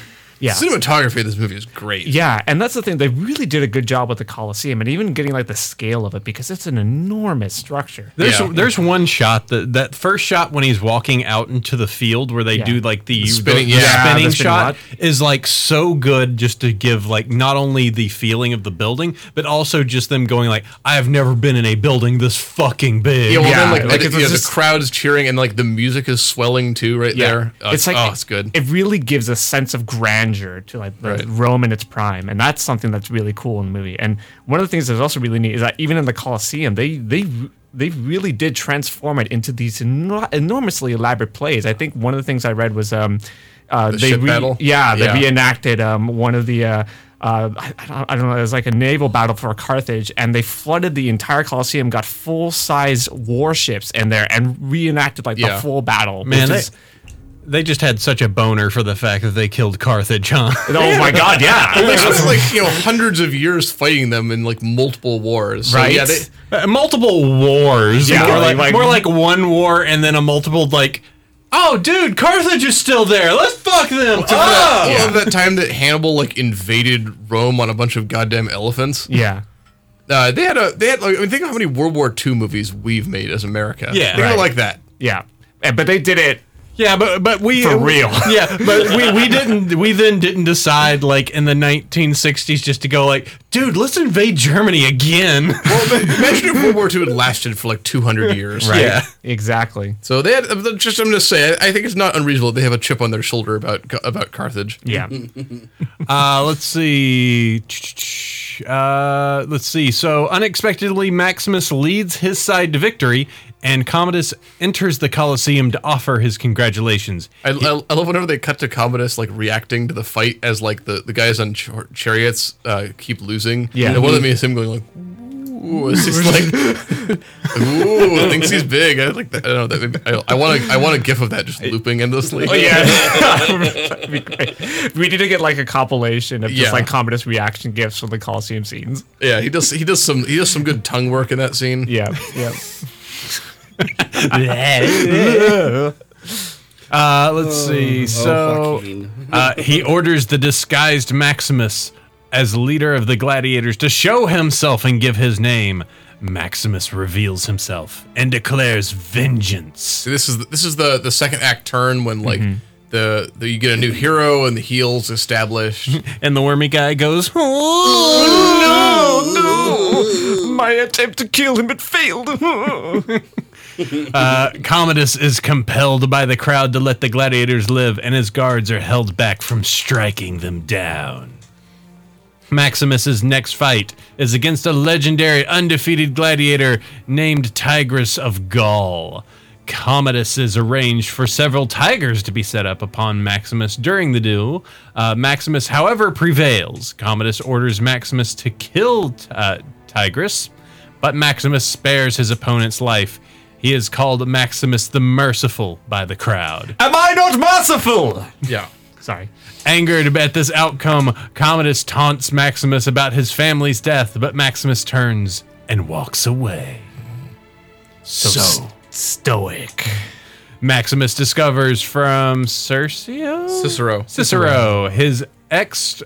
Speaker 4: Yeah.
Speaker 3: cinematography of this movie is great.
Speaker 4: Yeah, and that's the thing. They really did a good job with the Coliseum and even getting like the scale of it because it's an enormous structure.
Speaker 2: There's
Speaker 3: Yeah.
Speaker 2: there's one shot that that first shot when he's walking out into the field where they
Speaker 4: Yeah.
Speaker 2: do like the,
Speaker 3: spinning-
Speaker 2: the-
Speaker 3: yeah,
Speaker 2: the
Speaker 3: the
Speaker 2: spinning
Speaker 4: spinning
Speaker 2: shot
Speaker 4: lot.
Speaker 2: is like so good just to give like not only the feeling of the building but also just them going like I have never been in a building this fucking big.
Speaker 3: Yeah, well,
Speaker 4: Yeah,
Speaker 3: then, like,
Speaker 4: like,
Speaker 3: the-
Speaker 4: it's
Speaker 3: you know,
Speaker 4: just-
Speaker 3: the crowd's cheering and like the music is swelling too right there. Uh,
Speaker 4: it's like
Speaker 3: oh, it's good.
Speaker 4: It really gives a sense of grandeur to like the
Speaker 3: Right.
Speaker 4: Rome in its prime, and that's something that's really cool in the movie. And one of the things that's also really neat is that even in the Colosseum, they they they really did transform it into these eno- enormously elaborate plays. I think one of the things I read was um uh, they
Speaker 3: ship battle?
Speaker 4: yeah they
Speaker 3: Yeah.
Speaker 4: reenacted um one of the uh, uh, I, I don't, I don't know, it was like a naval battle for Carthage, and they flooded the entire Colosseum, got full size warships in there, and reenacted like
Speaker 3: Yeah.
Speaker 4: the full battle.
Speaker 2: Man,
Speaker 4: which
Speaker 2: they,
Speaker 4: is-
Speaker 2: they just had such a boner for the fact that they killed Carthage, huh?
Speaker 4: oh my god,
Speaker 3: They
Speaker 4: yeah.
Speaker 3: spent like you know hundreds of years fighting them in like multiple wars. So,
Speaker 4: Right.
Speaker 3: Yeah, they,
Speaker 2: Uh, multiple wars.
Speaker 4: Yeah,
Speaker 2: more like,
Speaker 4: like-
Speaker 2: more like one war and then a multiple like. Oh, dude, Carthage is still there. Let's fuck them.
Speaker 3: Except for that,
Speaker 2: up."
Speaker 3: well, Oh, that time that Hannibal like invaded Rome on a bunch of goddamn elephants.
Speaker 4: yeah.
Speaker 3: Uh, they had a they had like I mean think of how many World War II movies we've made as America.
Speaker 2: Yeah.
Speaker 3: they were
Speaker 2: Right.
Speaker 3: like that.
Speaker 4: Yeah. Eh, But they did it
Speaker 2: Yeah, but but we
Speaker 4: For real.
Speaker 2: Yeah, but we, we didn't we then didn't decide like in the 1960s just to go like, dude, let's invade Germany again.
Speaker 3: Well, ma- imagine if World War II had lasted for like 200 years.
Speaker 4: right.
Speaker 2: Yeah.
Speaker 4: Exactly.
Speaker 3: So they had uh, just I'm gonna say I I think it's not unreasonable that they have a chip on their shoulder about Ca- about Carthage.
Speaker 4: Yeah.
Speaker 2: Uh, let's see. Uh, let's see. So unexpectedly, Maximus leads his side to victory, and Commodus enters the Colosseum to offer his congratulations.
Speaker 3: I, I, I love whenever they cut to Commodus like reacting to the fight as like the, the guys on char- chariots uh, keep losing.
Speaker 4: Yeah.
Speaker 3: and one of them is him going like, "Ooh," it's just like, "Ooh," thinks he's big. I like that. I don't know. That maybe, I, I want to. I want a gif of that just looping endlessly.
Speaker 4: Oh yeah, That'd be great. we need to get like a compilation of just
Speaker 3: Yeah.
Speaker 4: like Commodus reaction gifs from the Coliseum scenes.
Speaker 3: yeah. He does. He does some. He does some good tongue work in that scene.
Speaker 4: Yeah, yeah.
Speaker 2: Uh, let's see. So
Speaker 5: fucking.
Speaker 2: uh, he orders the disguised Maximus as leader of the gladiators to show himself and give his name. Maximus reveals himself and declares vengeance.
Speaker 3: This is this is the the second act turn when like
Speaker 4: Mm-hmm.
Speaker 3: the, the you get a new hero and the heels established.
Speaker 2: And the wormy guy goes, "Oh, no, no."
Speaker 4: My attempt to kill him it failed.
Speaker 2: Uh, Commodus is compelled by the crowd to let the gladiators live, and his guards are held back from striking them down. Maximus's next fight is against a legendary undefeated gladiator named Tigress of Gaul. Commodus is arranged for several tigers to be set up upon Maximus during the duel. Uh, Maximus, however, prevails. Commodus orders Maximus to kill uh, Tigress, but Maximus spares his opponent's life. He is called Maximus the Merciful by the crowd.
Speaker 4: Am I not merciful?
Speaker 3: yeah.
Speaker 4: Sorry.
Speaker 2: Angered at this outcome, Commodus taunts Maximus about his family's death, but Maximus turns and walks away. So,
Speaker 4: Stoic.
Speaker 2: Maximus discovers from Circio?
Speaker 3: Cicero.
Speaker 2: Cicero, his ex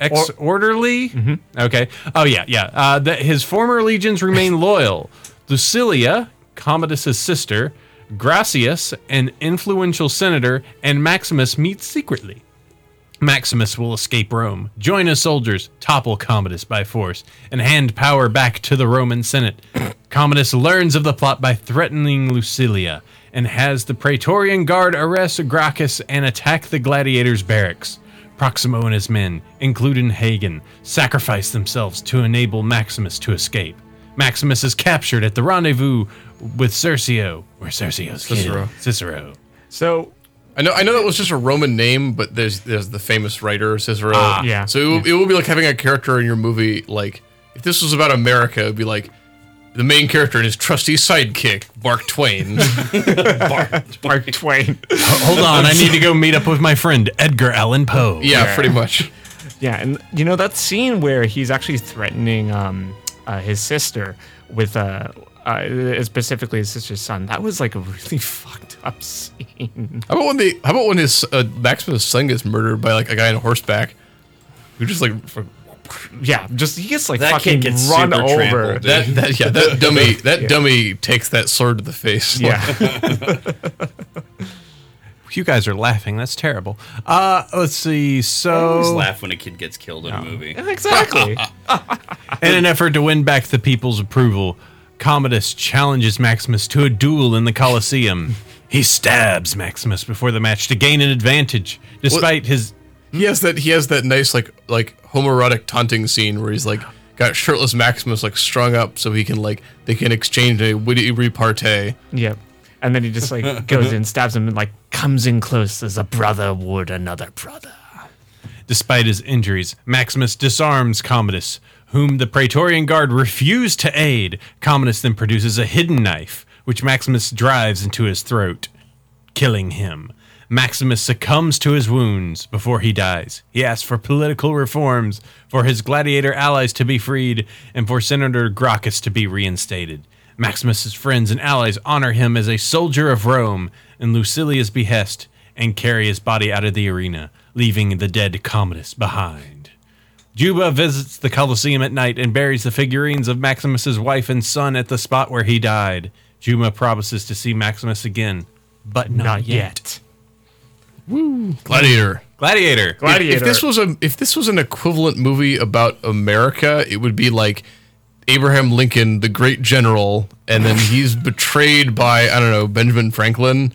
Speaker 2: ex orderly. Okay. Oh yeah, yeah. Uh, that his former legions remain loyal. Lucilia, Commodus's sister, Gracius, an influential senator, and Maximus meet secretly. Maximus will escape Rome, join his soldiers, topple Commodus by force, and hand power back to the Roman Senate. Commodus learns of the plot by threatening Lucilia and has the Praetorian Guard arrest Gracchus and attack the gladiators' barracks. Proximo and his men, including Hagen, sacrifice themselves to enable Maximus to escape. Maximus is captured at the rendezvous with Circio, where Circio's Cicero.
Speaker 3: Cicero.
Speaker 2: Cicero.
Speaker 4: So
Speaker 3: I know, I know that was just a Roman name, but there's there's the famous writer Cicero.
Speaker 4: yeah.
Speaker 3: So it, will- it will be like having a character in your movie. Like if this was about America, it'd be like the main character and his trusty sidekick Mark Twain.
Speaker 4: Mark Twain.
Speaker 2: Hold on, I need to go meet up with my friend Edgar Allan Poe.
Speaker 3: yeah, pretty much.
Speaker 4: Yeah, and you know that scene where he's actually threatening um, uh, his sister with uh, uh, specifically his sister's son. That was like a really fucked up scene.
Speaker 3: How about when they? How about when his uh, Maximus' son gets murdered by like a guy on a horseback? Who just like for-
Speaker 4: Yeah, just he gets like
Speaker 5: That
Speaker 4: fucking
Speaker 5: kid gets
Speaker 4: run
Speaker 5: super
Speaker 4: over.
Speaker 5: trampled, dude.
Speaker 3: that, that? Yeah, that dummy. That dummy takes that sword to the face.
Speaker 4: Yeah,
Speaker 2: You guys are laughing. That's terrible. Uh, let's see.
Speaker 5: Always
Speaker 2: So,
Speaker 5: laugh when a kid gets killed in a movie.
Speaker 4: exactly.
Speaker 2: in an effort to win back the people's approval, Commodus challenges Maximus to a duel in the Colosseum. He stabs Maximus before the match to gain an advantage, despite his.
Speaker 3: He has that he has that nice like like homoerotic taunting scene where he's like got shirtless Maximus like strung up so he can like they can exchange a witty repartee.
Speaker 4: yeah, and then he just like goes in, stabs him, and like comes in close as a brother would another brother.
Speaker 2: Despite his injuries, Maximus disarms Commodus, whom the Praetorian Guard refuse to aid. Commodus then produces a hidden knife, which Maximus drives into his throat, killing him. Maximus succumbs to his wounds before he dies. He asks for political reforms, for his gladiator allies to be freed, and for Senator Gracchus to be reinstated. Maximus's friends and allies honor him as a soldier of Rome in Lucilia's behest and carry his body out of the arena, leaving the dead Commodus behind. Juba visits the Colosseum at night and buries the figurines of Maximus's wife and son at the spot where he died. Juba promises to see Maximus again, but not,
Speaker 4: Not
Speaker 2: yet.
Speaker 4: yet.
Speaker 3: Gladiator.
Speaker 2: Gladiator.
Speaker 4: Gladiator.
Speaker 3: If this was a if this was an equivalent movie about America, it would be like Abraham Lincoln, the great general, and then he's betrayed by I don't know Benjamin Franklin,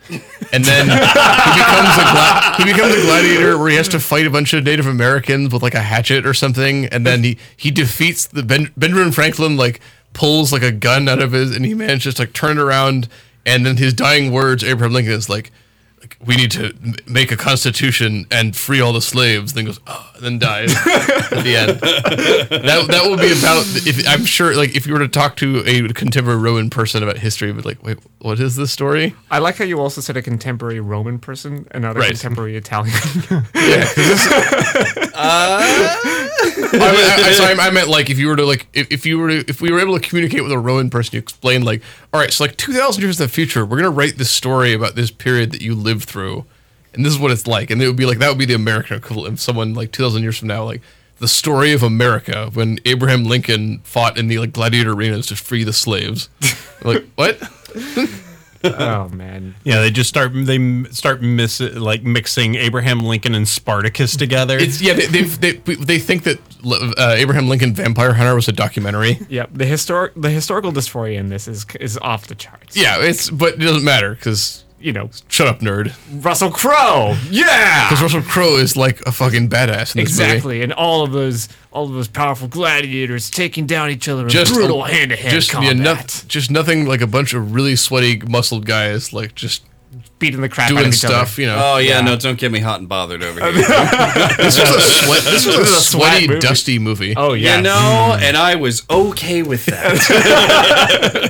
Speaker 3: and then he becomes a gla- he becomes a gladiator where he has to fight a bunch of Native Americans with like a hatchet or something, and then he he defeats the ben- Benjamin Franklin like pulls like a gun out of his and he manages to like turn it around, and then his dying words Abraham Lincoln is like we need to m- make a constitution and free all the slaves. Then goes, oh, and then dies at the end. That that will be about. If I'm sure, like if you were to talk to a contemporary Roman person about history, would like, wait, what is this story?
Speaker 4: I like how you also said a contemporary Roman person, another
Speaker 3: Right.
Speaker 4: contemporary Italian.
Speaker 3: I, mean, I, I, so I, I meant like if you were to like if, if you were to, if we were able to communicate with a Roman person, you explain like, all right, so like 2,000 years in the future, we're gonna write this story about this period that you lived through, and this is what it's like, and it would be like that would be the American equivalent. If someone like 2,000 years from now, like the story of America when Abraham Lincoln fought in the like gladiator arenas to free the slaves, like what?
Speaker 4: oh man.
Speaker 2: Yeah, they just start they m- start mis- like mixing Abraham Lincoln and Spartacus together.
Speaker 3: It's yeah, they they've, they they think that uh, Abraham Lincoln Vampire Hunter was a documentary.
Speaker 4: Yep. The historic the historical dysphoria in this is is off the charts.
Speaker 3: Yeah, it's but it doesn't matter because
Speaker 4: You know,
Speaker 3: shut up, nerd.
Speaker 4: Russell Crowe. Yeah.
Speaker 3: Because Russell Crowe is like a fucking badass in this movie.
Speaker 4: Exactly. And all of those all of those powerful gladiators taking down each other in brutal
Speaker 3: a-
Speaker 4: hand to hand
Speaker 3: just yeah,
Speaker 4: combat.
Speaker 3: noth- just nothing like a bunch of really sweaty, muscled guys like just
Speaker 4: beating the crap out
Speaker 3: doing
Speaker 4: of each
Speaker 3: stuff.
Speaker 4: other.
Speaker 3: You know,
Speaker 5: Oh yeah, no, don't get me hot and bothered over here.
Speaker 3: this was a, sweat, this was a
Speaker 4: a sweat
Speaker 3: sweaty,
Speaker 4: movie.
Speaker 3: dusty movie.
Speaker 4: Oh yeah.
Speaker 5: You know, and I was okay with that.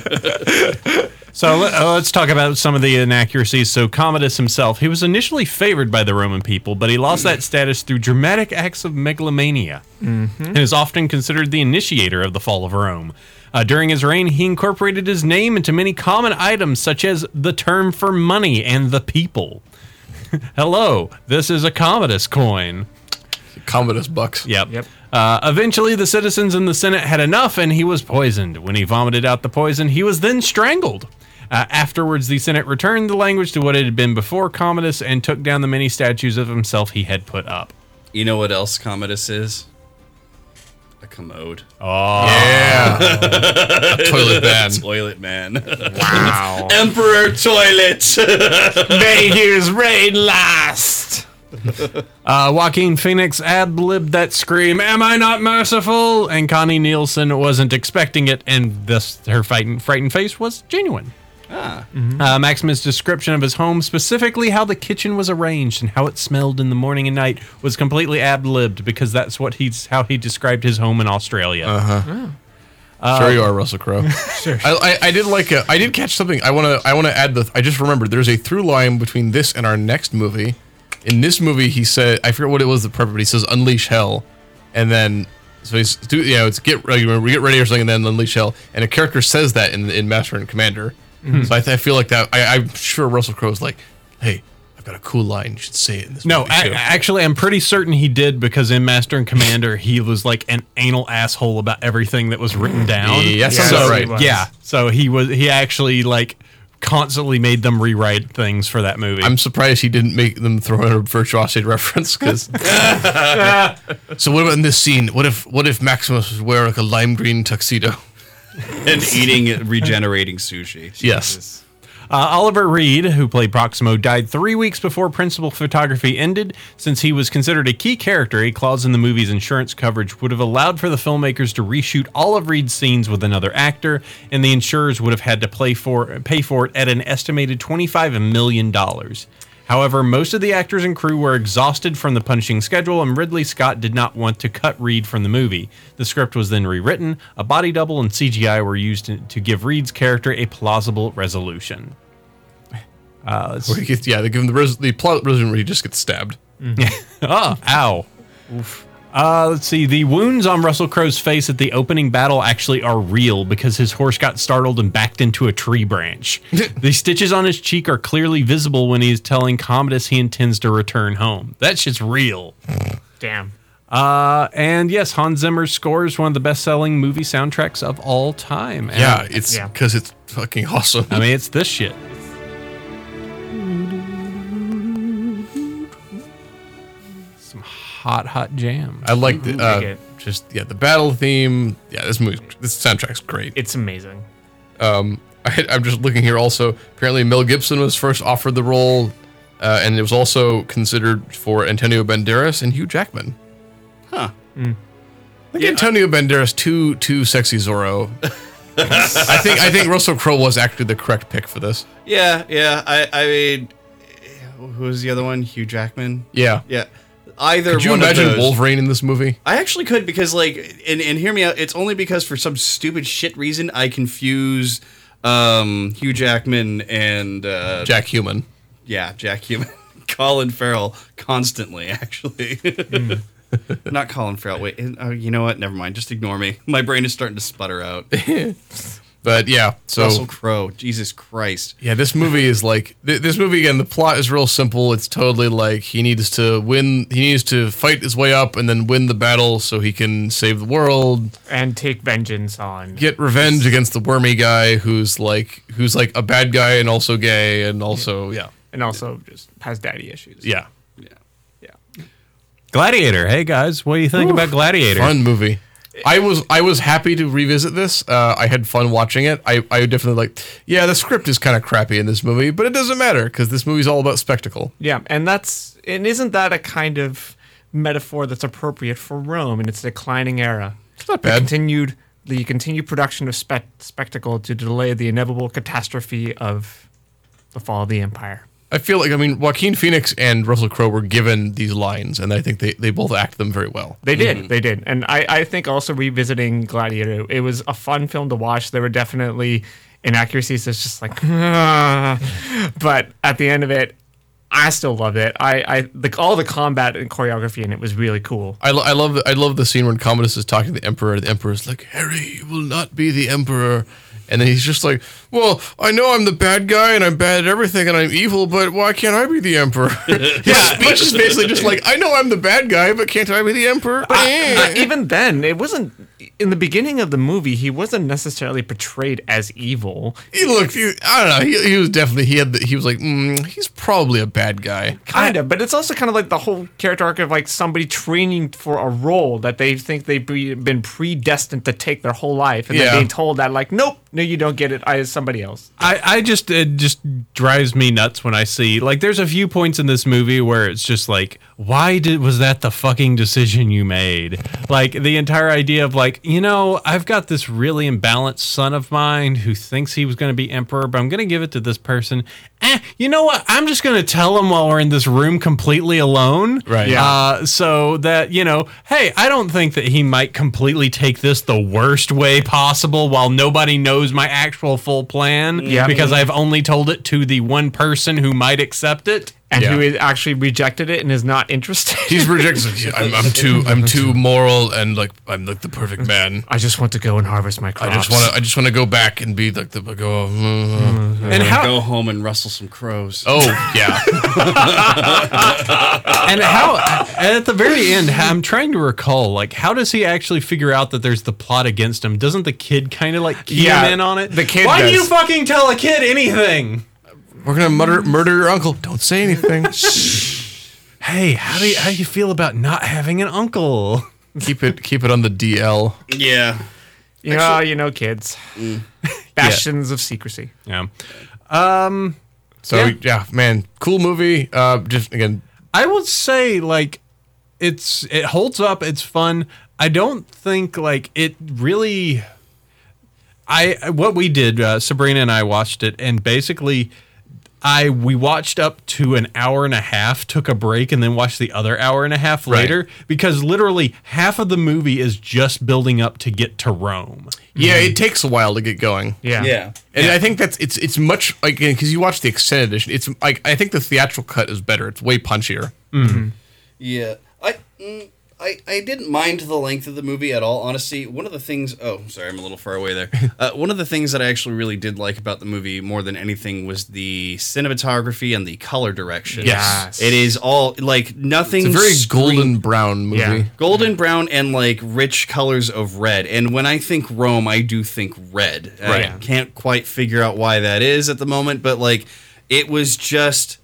Speaker 2: so let, uh, let's talk about some of the inaccuracies. So Commodus himself, he was initially favored by the Roman people, but he lost that status through dramatic acts of megalomania, and is often considered the initiator of the fall of Rome. Uh, during his reign, he incorporated his name into many common items, such as the term for money and the people. Hello, this is a Commodus coin.
Speaker 3: Commodus Bucks.
Speaker 2: Yep.
Speaker 4: Yep.
Speaker 2: Uh, eventually, the citizens and the Senate had enough, and he was poisoned. When he vomited out the poison, he was then strangled. Uh, afterwards, the Senate returned the language to what it had been before Commodus and took down the many statues of himself he had put up.
Speaker 5: you know what else Commodus is? A commode.
Speaker 3: Yeah, A toilet ban.
Speaker 5: Toilet man.
Speaker 4: Wow.
Speaker 5: Emperor toilet.
Speaker 4: May his reign last.
Speaker 2: Uh, Joaquin Phoenix ad libbed that scream, Am I not merciful? And Connie Nielsen wasn't expecting it, and thus her frightened, frightened face was genuine.
Speaker 4: Ah.
Speaker 2: Uh, Maximus' description of his home, specifically how the kitchen was arranged and how it smelled in the morning and night, was completely ad libbed because that's what he's how he described his home in
Speaker 4: Oh.
Speaker 2: Australia.
Speaker 3: Sure you are, Russell Crowe. sure. I, I, I did like. A, I did catch something. I want to. I want to add the. I just remembered there's a through line between this and our next movie. In this movie, he said, I forget what it was the prep, but he says unleash hell, and then so he's do you know it's get ready, remember, get ready or something, and then unleash hell. And a character says that in in Master and Commander.
Speaker 2: Mm-hmm.
Speaker 3: So I, th- I feel like that. I, I'm sure Russell Crowe's like, hey, I've got a cool line. You should say it in this.
Speaker 2: No,
Speaker 3: movie
Speaker 2: I,
Speaker 3: too."
Speaker 2: actually, I'm pretty certain he did because in Master and Commander, he was like an anal asshole about everything that was written down.
Speaker 3: Mm. Yeah, that
Speaker 4: sounds
Speaker 2: so,
Speaker 4: about right.
Speaker 2: Yeah, so he was he actually like constantly made them rewrite things for that movie.
Speaker 3: I'm surprised he didn't make them throw in a virtuosity reference because. so what about in this scene? What if what if Maximus was wearing like a lime green tuxedo?
Speaker 5: and eating regenerating sushi.
Speaker 3: Yes.
Speaker 2: Uh, Oliver Reed, who played Proximo, died three weeks before principal photography ended. Since he was considered a key character, a clause in the movie's insurance coverage would have allowed for the filmmakers to reshoot all of Reed's scenes with another actor, and the insurers would have had to play for pay for it at an estimated twenty-five million dollars. However, most of the actors and crew were exhausted from the punishing schedule, and Ridley Scott did not want to cut Reed from the movie. The script was then rewritten, a body double and CGI were used to, to give Reed's character a plausible resolution. Uh, let's-
Speaker 3: Where he gets, yeah, they give him the, res- the plot resolution where he just gets stabbed.
Speaker 2: Ah, ow. Uh, let's see. The wounds on Russell Crowe's face at the opening battle actually are real because his horse got startled and backed into a tree branch. the stitches on his cheek are clearly visible when he is telling Commodus he intends to return home. That shit's real.
Speaker 4: Damn.
Speaker 2: Uh, and yes, Hans Zimmer's score is one of the best selling movie soundtracks of all time. And,
Speaker 3: Yeah, it's
Speaker 4: Yeah.
Speaker 3: because it's fucking awesome.
Speaker 2: I mean, it's this shit. Some hot, hot jam.
Speaker 3: I like the
Speaker 4: like
Speaker 3: uh,
Speaker 4: it.
Speaker 3: just yeah the battle theme. Yeah, this movie, this soundtrack's great.
Speaker 4: It's amazing.
Speaker 3: Um, I, I'm just looking here. Also, apparently Mel Gibson was first offered the role, uh, and it was also considered for Antonio Banderas and Hugh Jackman.
Speaker 5: Huh.
Speaker 3: Like Antonio Banderas, too too sexy Zorro. I think I think Russell Crowe was actually the correct pick for this.
Speaker 5: Yeah, yeah. I, I mean, who was the other one? Hugh Jackman.
Speaker 3: Yeah.
Speaker 5: Yeah. Either
Speaker 3: Could you
Speaker 5: one of
Speaker 3: imagine
Speaker 5: those-
Speaker 3: Wolverine in this movie?
Speaker 5: I actually could because like and, and hear me out, it's only because for some stupid shit reason I confuse um Hugh Jackman and uh
Speaker 3: Jack Human.
Speaker 5: yeah, Jack Human. Colin Farrell constantly actually. Not Colin Farrell. Wait, and- oh, you know what? Never mind. Just ignore me. My brain is starting to sputter out.
Speaker 3: But yeah, so
Speaker 5: Russell Crowe. Jesus Christ.
Speaker 3: Yeah, this movie is like th- this movie again. The plot is real simple. It's totally like he needs to win. He needs to fight his way up and then win the battle so he can save the world,
Speaker 4: And take vengeance on.
Speaker 3: get revenge against the wormy guy who's like who's like a bad guy and also gay and also yeah
Speaker 4: And also just has daddy issues.
Speaker 3: yeah
Speaker 4: Yeah.
Speaker 2: Gladiator. Hey guys, what do you think about Gladiator?
Speaker 3: fun movie. I was I was happy to revisit this. Uh, I had fun watching it. I I definitely like yeah. The script is kind of crappy in this movie, but it doesn't matter because this movie's all about spectacle.
Speaker 4: Yeah, and that's and isn't that a kind of metaphor that's appropriate for Rome in its declining era?
Speaker 3: It's not bad.
Speaker 4: Continued the continued production of spe- spectacle to delay the inevitable catastrophe of the fall of the empire.
Speaker 3: I feel like I mean Joaquin Phoenix and Russell Crowe were given these lines, and I think they, they both act them very well.
Speaker 4: They did, they did, and I, I think also revisiting Gladiator, it was a fun film to watch. There were definitely inaccuracies. It's just like, but at the end of it, I still loved it. I, I the, all the combat and choreography in it was really cool. Uh,
Speaker 3: I, lo- I love I love the scene when Commodus is talking to the Emperor. The Emperor's like, "Harry, you will not be the Emperor," and then he's just like, "Well, I know I'm the bad guy and I'm bad at everything and I'm evil, but why can't I be the Emperor?" His speech is basically just like, "I know I'm the bad guy, but can't I be the Emperor?"
Speaker 4: Uh, even then, it wasn't in the beginning of the movie. He wasn't necessarily portrayed as evil.
Speaker 3: he looked, he, I don't know. He, he was definitely he had the, he was like, mm, he's probably a bad guy.
Speaker 4: Kind of, but it's also kind of like the whole character arc of like somebody training for a role that they think they've be, been predestined to take their whole life, and
Speaker 3: Yeah.
Speaker 4: then being told that like, nope, no, you don't get it. I is somebody else.
Speaker 2: I, I just it just drives me nuts when I see like there's a few points in this movie where it's just like why did was that the fucking decision you made like the entire idea of like you know I've got this really imbalanced son of mine who thinks he was going to be emperor but I'm going to give it to this person eh you know what I'm just going to tell him while we're in this room completely alone
Speaker 3: Right.
Speaker 2: yeah uh, so that you know hey I don't think that he might completely take this the worst way possible while nobody knows my actual full plan
Speaker 4: Yeah.
Speaker 2: because I've only told it to the one person who might accept it.
Speaker 4: And who
Speaker 3: Yeah.
Speaker 4: is actually rejected it and is not interested.
Speaker 3: He's rejected. I'm, I'm too. I'm too moral, and like I'm like the perfect man.
Speaker 4: I just want to go and harvest my crops.
Speaker 3: I just want to. I just want to go back and be like the go. mm,
Speaker 2: And how
Speaker 5: Go home and rustle some crows.
Speaker 3: Oh yeah,
Speaker 2: and how and at the very end I'm trying to recall like how does he actually figure out that there's the plot against him? Doesn't the kid kind of like key
Speaker 4: Yeah,
Speaker 2: him in on it?
Speaker 4: the kid
Speaker 2: Why
Speaker 4: does.
Speaker 2: do you fucking tell a kid anything?
Speaker 3: we're gonna murder murder your uncle. Don't say anything.
Speaker 2: Hey, how do you, how do you feel about not having an uncle?
Speaker 3: keep it keep it on the DL.
Speaker 5: Yeah.
Speaker 4: you know, you know, kids,
Speaker 5: Mm.
Speaker 4: bastions of secrecy.
Speaker 2: Yeah.
Speaker 3: So yeah,
Speaker 2: Yeah.
Speaker 3: man, cool movie. Uh, just again,
Speaker 2: I would say like it's it holds up. It's fun. I don't think like it really. I what we did, uh, Sabrina and I watched it, and basically, I we watched up to an hour and a half, took a break, and then watched the other hour and a half
Speaker 3: Right.
Speaker 2: later because literally half of the movie is just building up to get to Rome.
Speaker 3: Yeah, it takes a while to get going.
Speaker 4: Yeah.
Speaker 5: Yeah.
Speaker 3: And I think that's it's it's much like because you watch the extended edition. It's like I think the theatrical cut is better. It's way punchier.
Speaker 5: Yeah. I, mm, I I didn't mind the length of the movie at all, honestly. One of the things oh, sorry, I'm a little far away there. Uh, one of the things that I actually really did like about the movie more than anything was the cinematography and the color direction.
Speaker 4: Yes.
Speaker 5: It is all like nothing
Speaker 3: It's a very
Speaker 5: scream-
Speaker 3: golden brown movie.
Speaker 4: Yeah.
Speaker 5: golden brown and like rich colors of red. And when I think Rome, I do think red. I
Speaker 4: Right.
Speaker 5: can't quite figure out why that is at the moment, but like it was just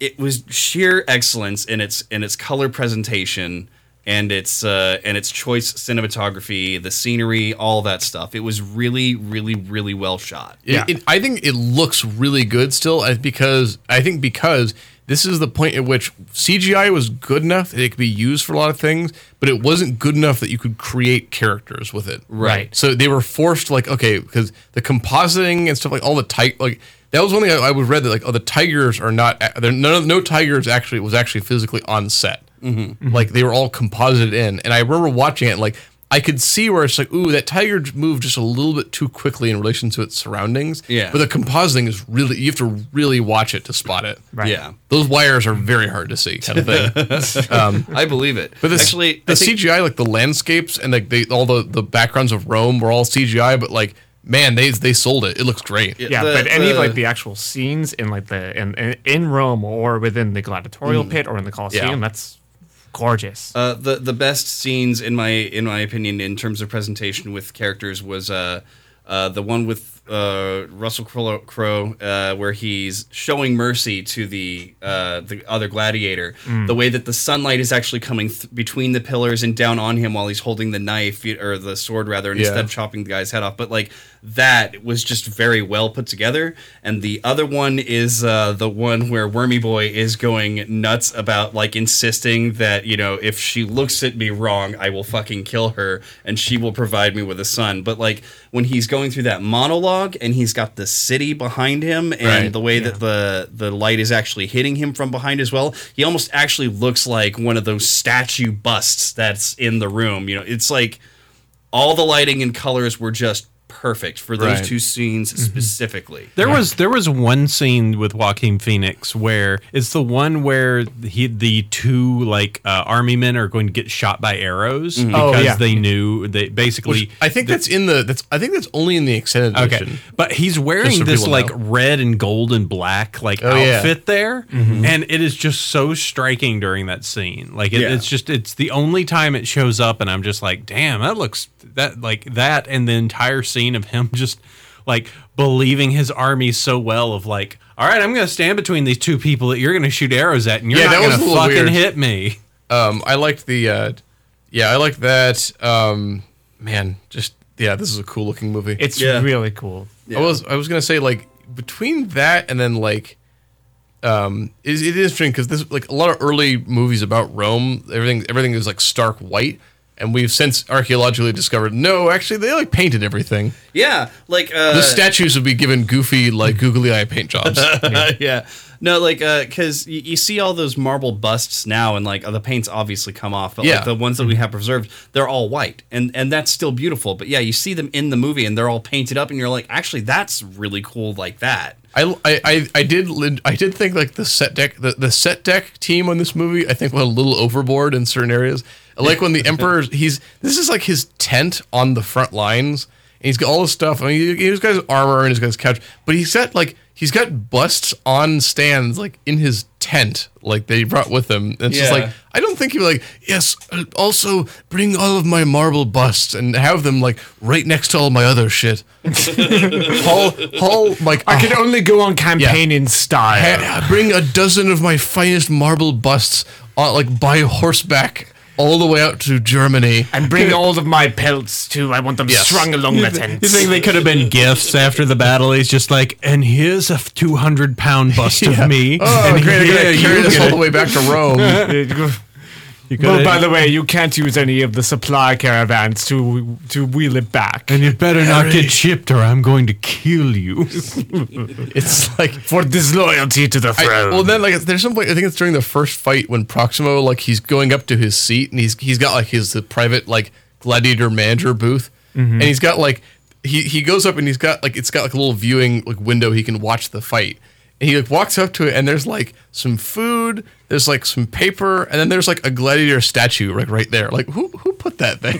Speaker 5: it was sheer excellence in its in its color presentation and its uh and its choice cinematography, the scenery, all that stuff. It was really really really well shot.
Speaker 3: It-
Speaker 4: Yeah.
Speaker 3: it- I think it looks really good still I- because I think because this is the point at which CGI was good enough that it could be used for a lot of things, but it wasn't good enough that you could create characters with it.
Speaker 4: Right.
Speaker 3: So they were forced like okay because the compositing and stuff like all the tiger like that was one thing I, I was read that like oh the tigers are not a- there none of no tigers actually was actually physically on set
Speaker 4: Mm-hmm.
Speaker 3: like they were all composited in and I remember watching it and, like I could see where it's like ooh that tiger j- moved just a little bit too quickly in relation to its surroundings
Speaker 5: Yeah.
Speaker 3: but the compositing is really you have to really watch it to spot it
Speaker 4: Right.
Speaker 5: Yeah.
Speaker 3: those wires are very hard to see kind of thing.
Speaker 5: I believe it.
Speaker 3: But the,
Speaker 5: actually
Speaker 3: the
Speaker 5: I think-
Speaker 3: CGI, like the landscapes and like they, all the, the backgrounds of Rome were all CGI, but like man, they they sold it. It looks great.
Speaker 4: Yeah,
Speaker 5: the-
Speaker 4: but any of
Speaker 5: the-
Speaker 4: like the actual scenes in like the in in, in Rome or within the gladiatorial pit or in the Colosseum,
Speaker 5: Mm. Yeah.
Speaker 4: that's gorgeous.
Speaker 5: Uh, the the best scenes in my in my opinion in terms of presentation with characters was uh, uh, the one with uh, Russell Crowe, Crowe uh, where he's showing mercy to the uh, the other gladiator. The way that the sunlight is actually coming th- between the pillars and down on him while he's holding the knife y- or the sword rather, and
Speaker 3: Yeah.
Speaker 5: instead of chopping the guy's head off. But like that was just very well put together. And the other one is uh, the one where Wormy Boy is going nuts about like insisting that you know if she looks at me wrong, I will fucking kill her, and she will provide me with a son. But like when he's going through that monologue, and he's got the city behind him, and
Speaker 3: Right.
Speaker 5: the way that the the light is actually hitting him from behind as well, he almost actually looks like one of those statue busts that's in the room. You know, it's like all the lighting and colors were just perfect for those
Speaker 3: Right. Mm-hmm.
Speaker 5: two scenes specifically.
Speaker 2: There was there was one scene with Joaquin Phoenix where it's the one where he the two like uh, army men are going to get shot by arrows
Speaker 4: Oh,
Speaker 2: because
Speaker 4: yeah.
Speaker 2: they knew they basically
Speaker 3: I think that's in the that's I think that's only in the extended edition.
Speaker 2: Okay, but he's
Speaker 3: Just
Speaker 2: wearing
Speaker 3: so
Speaker 2: this
Speaker 3: people
Speaker 2: like
Speaker 3: know.
Speaker 2: red and gold and black like
Speaker 3: Oh, yeah.
Speaker 2: outfit there, and it is just so striking during that scene. Like it,
Speaker 5: Yeah.
Speaker 2: it's just it's the only time it shows up, and I'm just like, damn, that looks that like that, and the entire scene of him just like believing his army so well of like, all right, I'm gonna stand between these two people that you're gonna shoot arrows at, and you're
Speaker 3: Yeah,
Speaker 2: not
Speaker 3: that was
Speaker 2: gonna
Speaker 3: a little
Speaker 2: fucking
Speaker 3: weird.
Speaker 2: hit me.
Speaker 3: Um, I liked the uh, yeah, I liked that. Um, man, just yeah, this is a cool looking movie.
Speaker 4: It's
Speaker 5: Yeah.
Speaker 4: really cool.
Speaker 3: I was I was gonna say like between that and then like um it, it is interesting because this like a lot of early movies about Rome everything everything is like stark white and we've since archaeologically discovered no actually they like painted everything
Speaker 5: Yeah, like uh,
Speaker 3: the statues would be given goofy like googly eye paint jobs
Speaker 5: yeah. No, like, uh, cause y- you see all those marble busts now, and like uh, the paint's obviously come off, but
Speaker 3: Yeah.
Speaker 5: like the ones that we have preserved, they're all white, and and that's still beautiful. But yeah, you see them in the movie, and they're all painted up, and you're like, actually, that's really cool, like that.
Speaker 3: I, I I I did lin- I did think like the set deck the, the set deck team on this movie I think went a little overboard in certain areas. I Like when the emperor he's this is like his tent on the front lines. And he's got all this stuff. I mean, he- he's got his armor and he's got his couch, but he's got like he's got busts on stands like in his tent, like they brought with him. And it's just
Speaker 5: Yeah.
Speaker 3: like I don't think you're like, yes, I'll also bring all of my marble busts and have them like right next to all my other shit. haul, haul, like a
Speaker 4: I can only go on campaign in style.
Speaker 3: I- I bring a dozen of my finest marble busts, uh, like by horseback, all the way out to Germany.
Speaker 4: And bring all of my pelts too. I want them strung along the tent.
Speaker 2: You think they could have been gifts after the battle? He's just like, and here's a 200 pound bust of me.
Speaker 3: Oh,
Speaker 2: and
Speaker 3: great! I
Speaker 2: here
Speaker 3: gotta
Speaker 2: you
Speaker 3: carry this
Speaker 2: get
Speaker 3: all the way back to Rome.
Speaker 4: Uh,
Speaker 2: You could.
Speaker 4: Well, by the way, you can't use any of the supply caravans to to wheel it back.
Speaker 2: and you better not get chipped, or I'm going to kill you.
Speaker 3: It's like
Speaker 4: for disloyalty to the
Speaker 3: I-
Speaker 4: throne.
Speaker 3: well, then like there's some point. I think it's during the first fight when Proximo like he's going up to his seat and he's he's got like his the private like gladiator manager booth, and he's got like he he goes up and he's got like it's got like a little viewing like window he can watch the fight. And he like walks up to it and there's like some food, there's like some paper, and then there's like a gladiator statue like right there. Like who who put that there?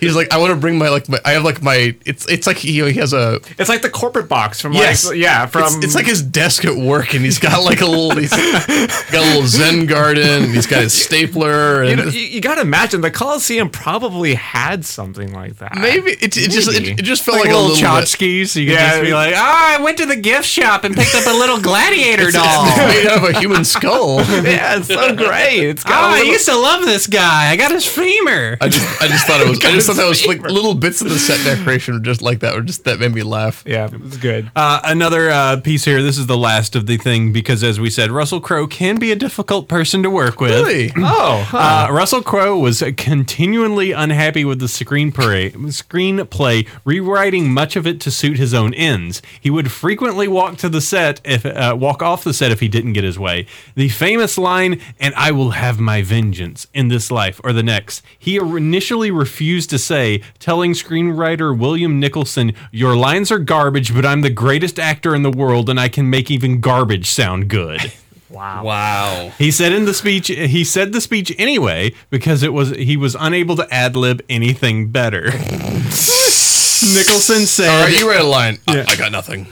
Speaker 3: he's like I want to bring my like my I have like my it's it's like he, he has a
Speaker 4: it's like the corporate box from
Speaker 3: Yes.
Speaker 4: like yeah from
Speaker 3: it's, it's like his desk at work, and he's got like a little, he's got a little Zen garden, and he's got his stapler, and
Speaker 4: you, know, you, you gotta imagine the Colosseum probably had something like that.
Speaker 3: maybe it, it just it, it just felt like,
Speaker 2: like
Speaker 3: a
Speaker 2: little
Speaker 3: little bit-
Speaker 2: tchotchkes. You could
Speaker 4: Yeah,
Speaker 2: just be like, ah, I went to the gift shop and picked up a little gladiator
Speaker 3: it's
Speaker 2: doll.
Speaker 3: it's made out of a human skull.
Speaker 4: Yeah, it's so great. It's got
Speaker 2: Ah,
Speaker 4: a
Speaker 2: I
Speaker 4: little-
Speaker 2: used to love this guy. I got his femur.
Speaker 3: I just I just thought it was I just thought that was like little bits of the set decoration were just like that, or just that made me laugh.
Speaker 4: yeah, it's good.
Speaker 2: Uh, another uh, piece here. This is the last of the thing because, as we said, Russell Crowe can be a difficult person to work with.
Speaker 3: Really?
Speaker 4: oh,
Speaker 2: Uh, Russell Crowe was continually unhappy with the screen parade, screenplay, rewriting much of it to suit his own ends. He would frequently walk to the set if uh, walk off the set if he didn't get his way. The famous line, "And I will have my vengeance in this life or the next." He initially refused to say, telling screenwriter William Nicholson, "Your lines are garbage, but I'm the greatest actor in the world, and I can make even garbage sound good."
Speaker 4: wow.
Speaker 5: Wow.
Speaker 2: He said in the speech, he said the speech anyway because it was he was unable to ad lib anything better. Nicholson
Speaker 3: All
Speaker 2: said,
Speaker 3: right, you read a line. I- I, got nothing.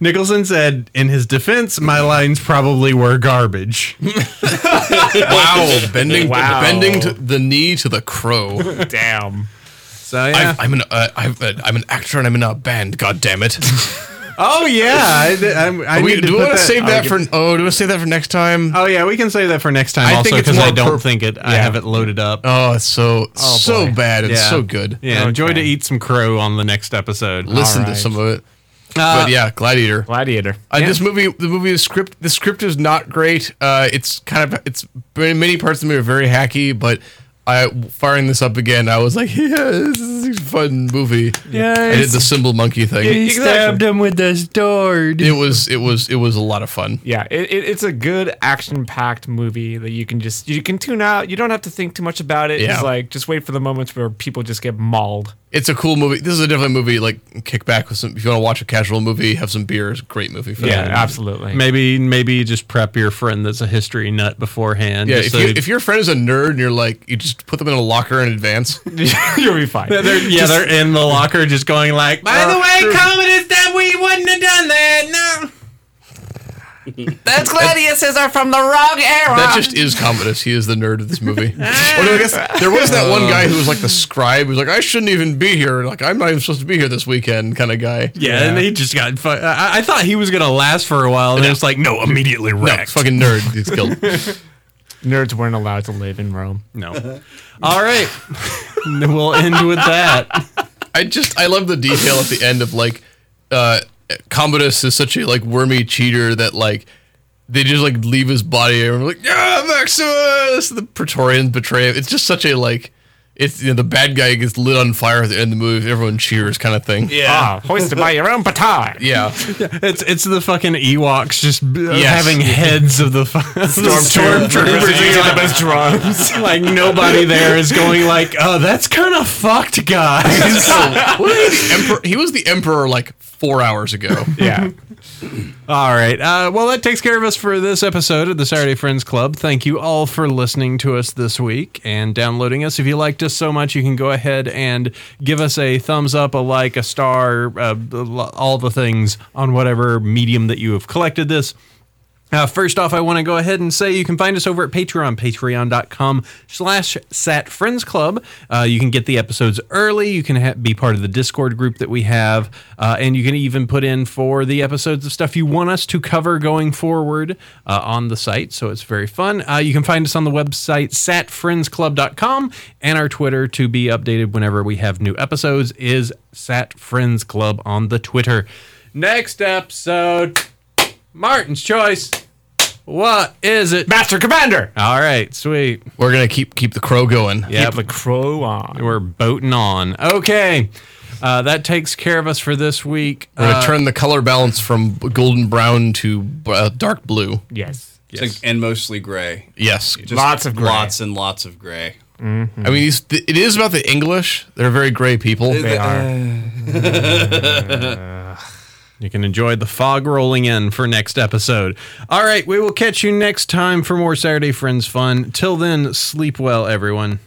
Speaker 2: Nicholson said, in his defense, my lines probably were garbage.
Speaker 3: Wow, bending
Speaker 4: Wow.
Speaker 3: bending to the knee to the crow.
Speaker 4: Damn.
Speaker 2: So yeah,
Speaker 3: I've, I'm an uh, I've, uh, I'm an actor and I'm in a band. God damn it.
Speaker 2: oh yeah, I, did- I'm- I
Speaker 3: we,
Speaker 2: need to
Speaker 3: do we
Speaker 2: put
Speaker 3: want to
Speaker 2: that-
Speaker 3: save that for? Oh, do we save that for next time?
Speaker 2: Oh yeah, we can save that for next time
Speaker 3: I
Speaker 2: also
Speaker 3: think it's
Speaker 2: because I
Speaker 3: more
Speaker 2: don't
Speaker 3: per-
Speaker 2: think it. I have it loaded up.
Speaker 3: Oh, it's so so
Speaker 4: boy.
Speaker 3: bad and
Speaker 2: Yeah.
Speaker 3: so good.
Speaker 2: yeah, enjoy
Speaker 4: okay.
Speaker 2: to eat some crow on the next episode.
Speaker 3: Listen
Speaker 4: Alright.
Speaker 3: to some of it.
Speaker 2: Uh,
Speaker 3: but yeah, Gladiator.
Speaker 4: Gladiator.
Speaker 3: Uh, This movie, the movie, the script, the script is not great. Uh, it's kind of, it's very- many parts of the movie are very hacky. But I firing this up again, I was like, yeah, this is a fun movie.
Speaker 2: Yeah,
Speaker 3: I did the symbol monkey thing.
Speaker 4: stabbed
Speaker 2: him with a sword.
Speaker 3: It was, it was, it was a lot of fun.
Speaker 4: Yeah, it, it, it's a good action-packed movie that you can just you can tune out. You don't have to think too much about it.
Speaker 3: Yeah.
Speaker 4: It's like just wait for the moments where people just get mauled.
Speaker 3: It's a cool movie. This is a different movie. Like kick back with some. If you want to watch a casual movie, have some beers. Great movie for that.
Speaker 4: absolutely.
Speaker 2: Maybe maybe just prep your friend that's a history nut beforehand.
Speaker 3: Yeah,
Speaker 2: just
Speaker 3: if,
Speaker 2: so
Speaker 3: you,
Speaker 2: that-
Speaker 3: if your friend is a nerd and you're like, you just put them in a locker in advance.
Speaker 4: You'll be fine.
Speaker 2: they're, they're- yeah, they're in the locker just going like, by the way, comment is that we wouldn't have done that. No.
Speaker 4: Those gladiuses are from the wrong era.
Speaker 3: That just is Commodus. He is the nerd of this movie. Or no, I guess there was that one guy who was like the scribe who's like, I shouldn't even be here. Like, I'm not even supposed to be here this weekend kind of guy.
Speaker 2: Yeah, and he just got. Fu- I, I thought he was gonna last for a while, and then it's like, no, immediately
Speaker 3: No,
Speaker 2: wrecked.
Speaker 3: fucking nerd. He's killed.
Speaker 4: Nerds weren't allowed to live in Rome.
Speaker 2: no. All right, we'll end with that.
Speaker 3: I just, I love the detail at the end of like, uh, Commodus is such a like wormy cheater that like, they just like leave his body and we're like, yeah, Maximus! The Praetorians betray him. It's just such a like, it's, you know, the bad guy gets lit on fire at the end of the movie. Everyone cheers kind of thing.
Speaker 4: Ah, hoisted by your own petard.
Speaker 3: Yeah.
Speaker 2: It's it's the fucking Ewoks just uh,
Speaker 3: Yes.
Speaker 2: having heads of the fu- stormtroopers.
Speaker 4: using them as drums.
Speaker 2: like nobody there is going like, oh, that's kind of fucked, guys.
Speaker 3: What is he, the emperor? He was the emperor like four hours ago.
Speaker 4: yeah.
Speaker 2: all right. Uh, well, that takes care of us for this episode of the Saturday Friends Club. Thank you all for listening to us this week and downloading us. If you liked us so much, you can go ahead and give us a thumbs up, a like, a star, uh, all the things on whatever medium that you have collected this. Uh, first off, I want to go ahead and say you can find us over at Patreon, patreon.com slash Sat Friends Club. Uh, you can get the episodes early. You can ha- be part of the Discord group that we have. Uh, and you can even put in for the episodes of stuff you want us to cover going forward uh, on the site. So it's very fun. Uh, you can find us on the website, satfriendsclub.com. And our Twitter to be updated whenever we have new episodes is Sat Friends Club on the Twitter. Next episode, Martin's Choice. What is it?
Speaker 4: Master Commander.
Speaker 2: All right, sweet.
Speaker 3: We're gonna keep keep the crow going.
Speaker 2: Yep.
Speaker 4: Keep the crow on.
Speaker 2: We're boating on. Okay. Uh, that takes care of us for this week.
Speaker 3: We're gonna
Speaker 2: Uh,
Speaker 3: turn the color balance from golden brown to uh, dark blue.
Speaker 4: Yes.
Speaker 5: It's like- and mostly gray.
Speaker 3: Yes,
Speaker 5: Just
Speaker 4: Lots of gray.
Speaker 5: lots and lots of gray.
Speaker 3: I mean these, th- it is about the English. They're very gray people.
Speaker 4: They are.
Speaker 2: you can enjoy the fog rolling in for next episode. All right, we will catch you next time for more Saturday Friends fun. Till then, sleep well, everyone.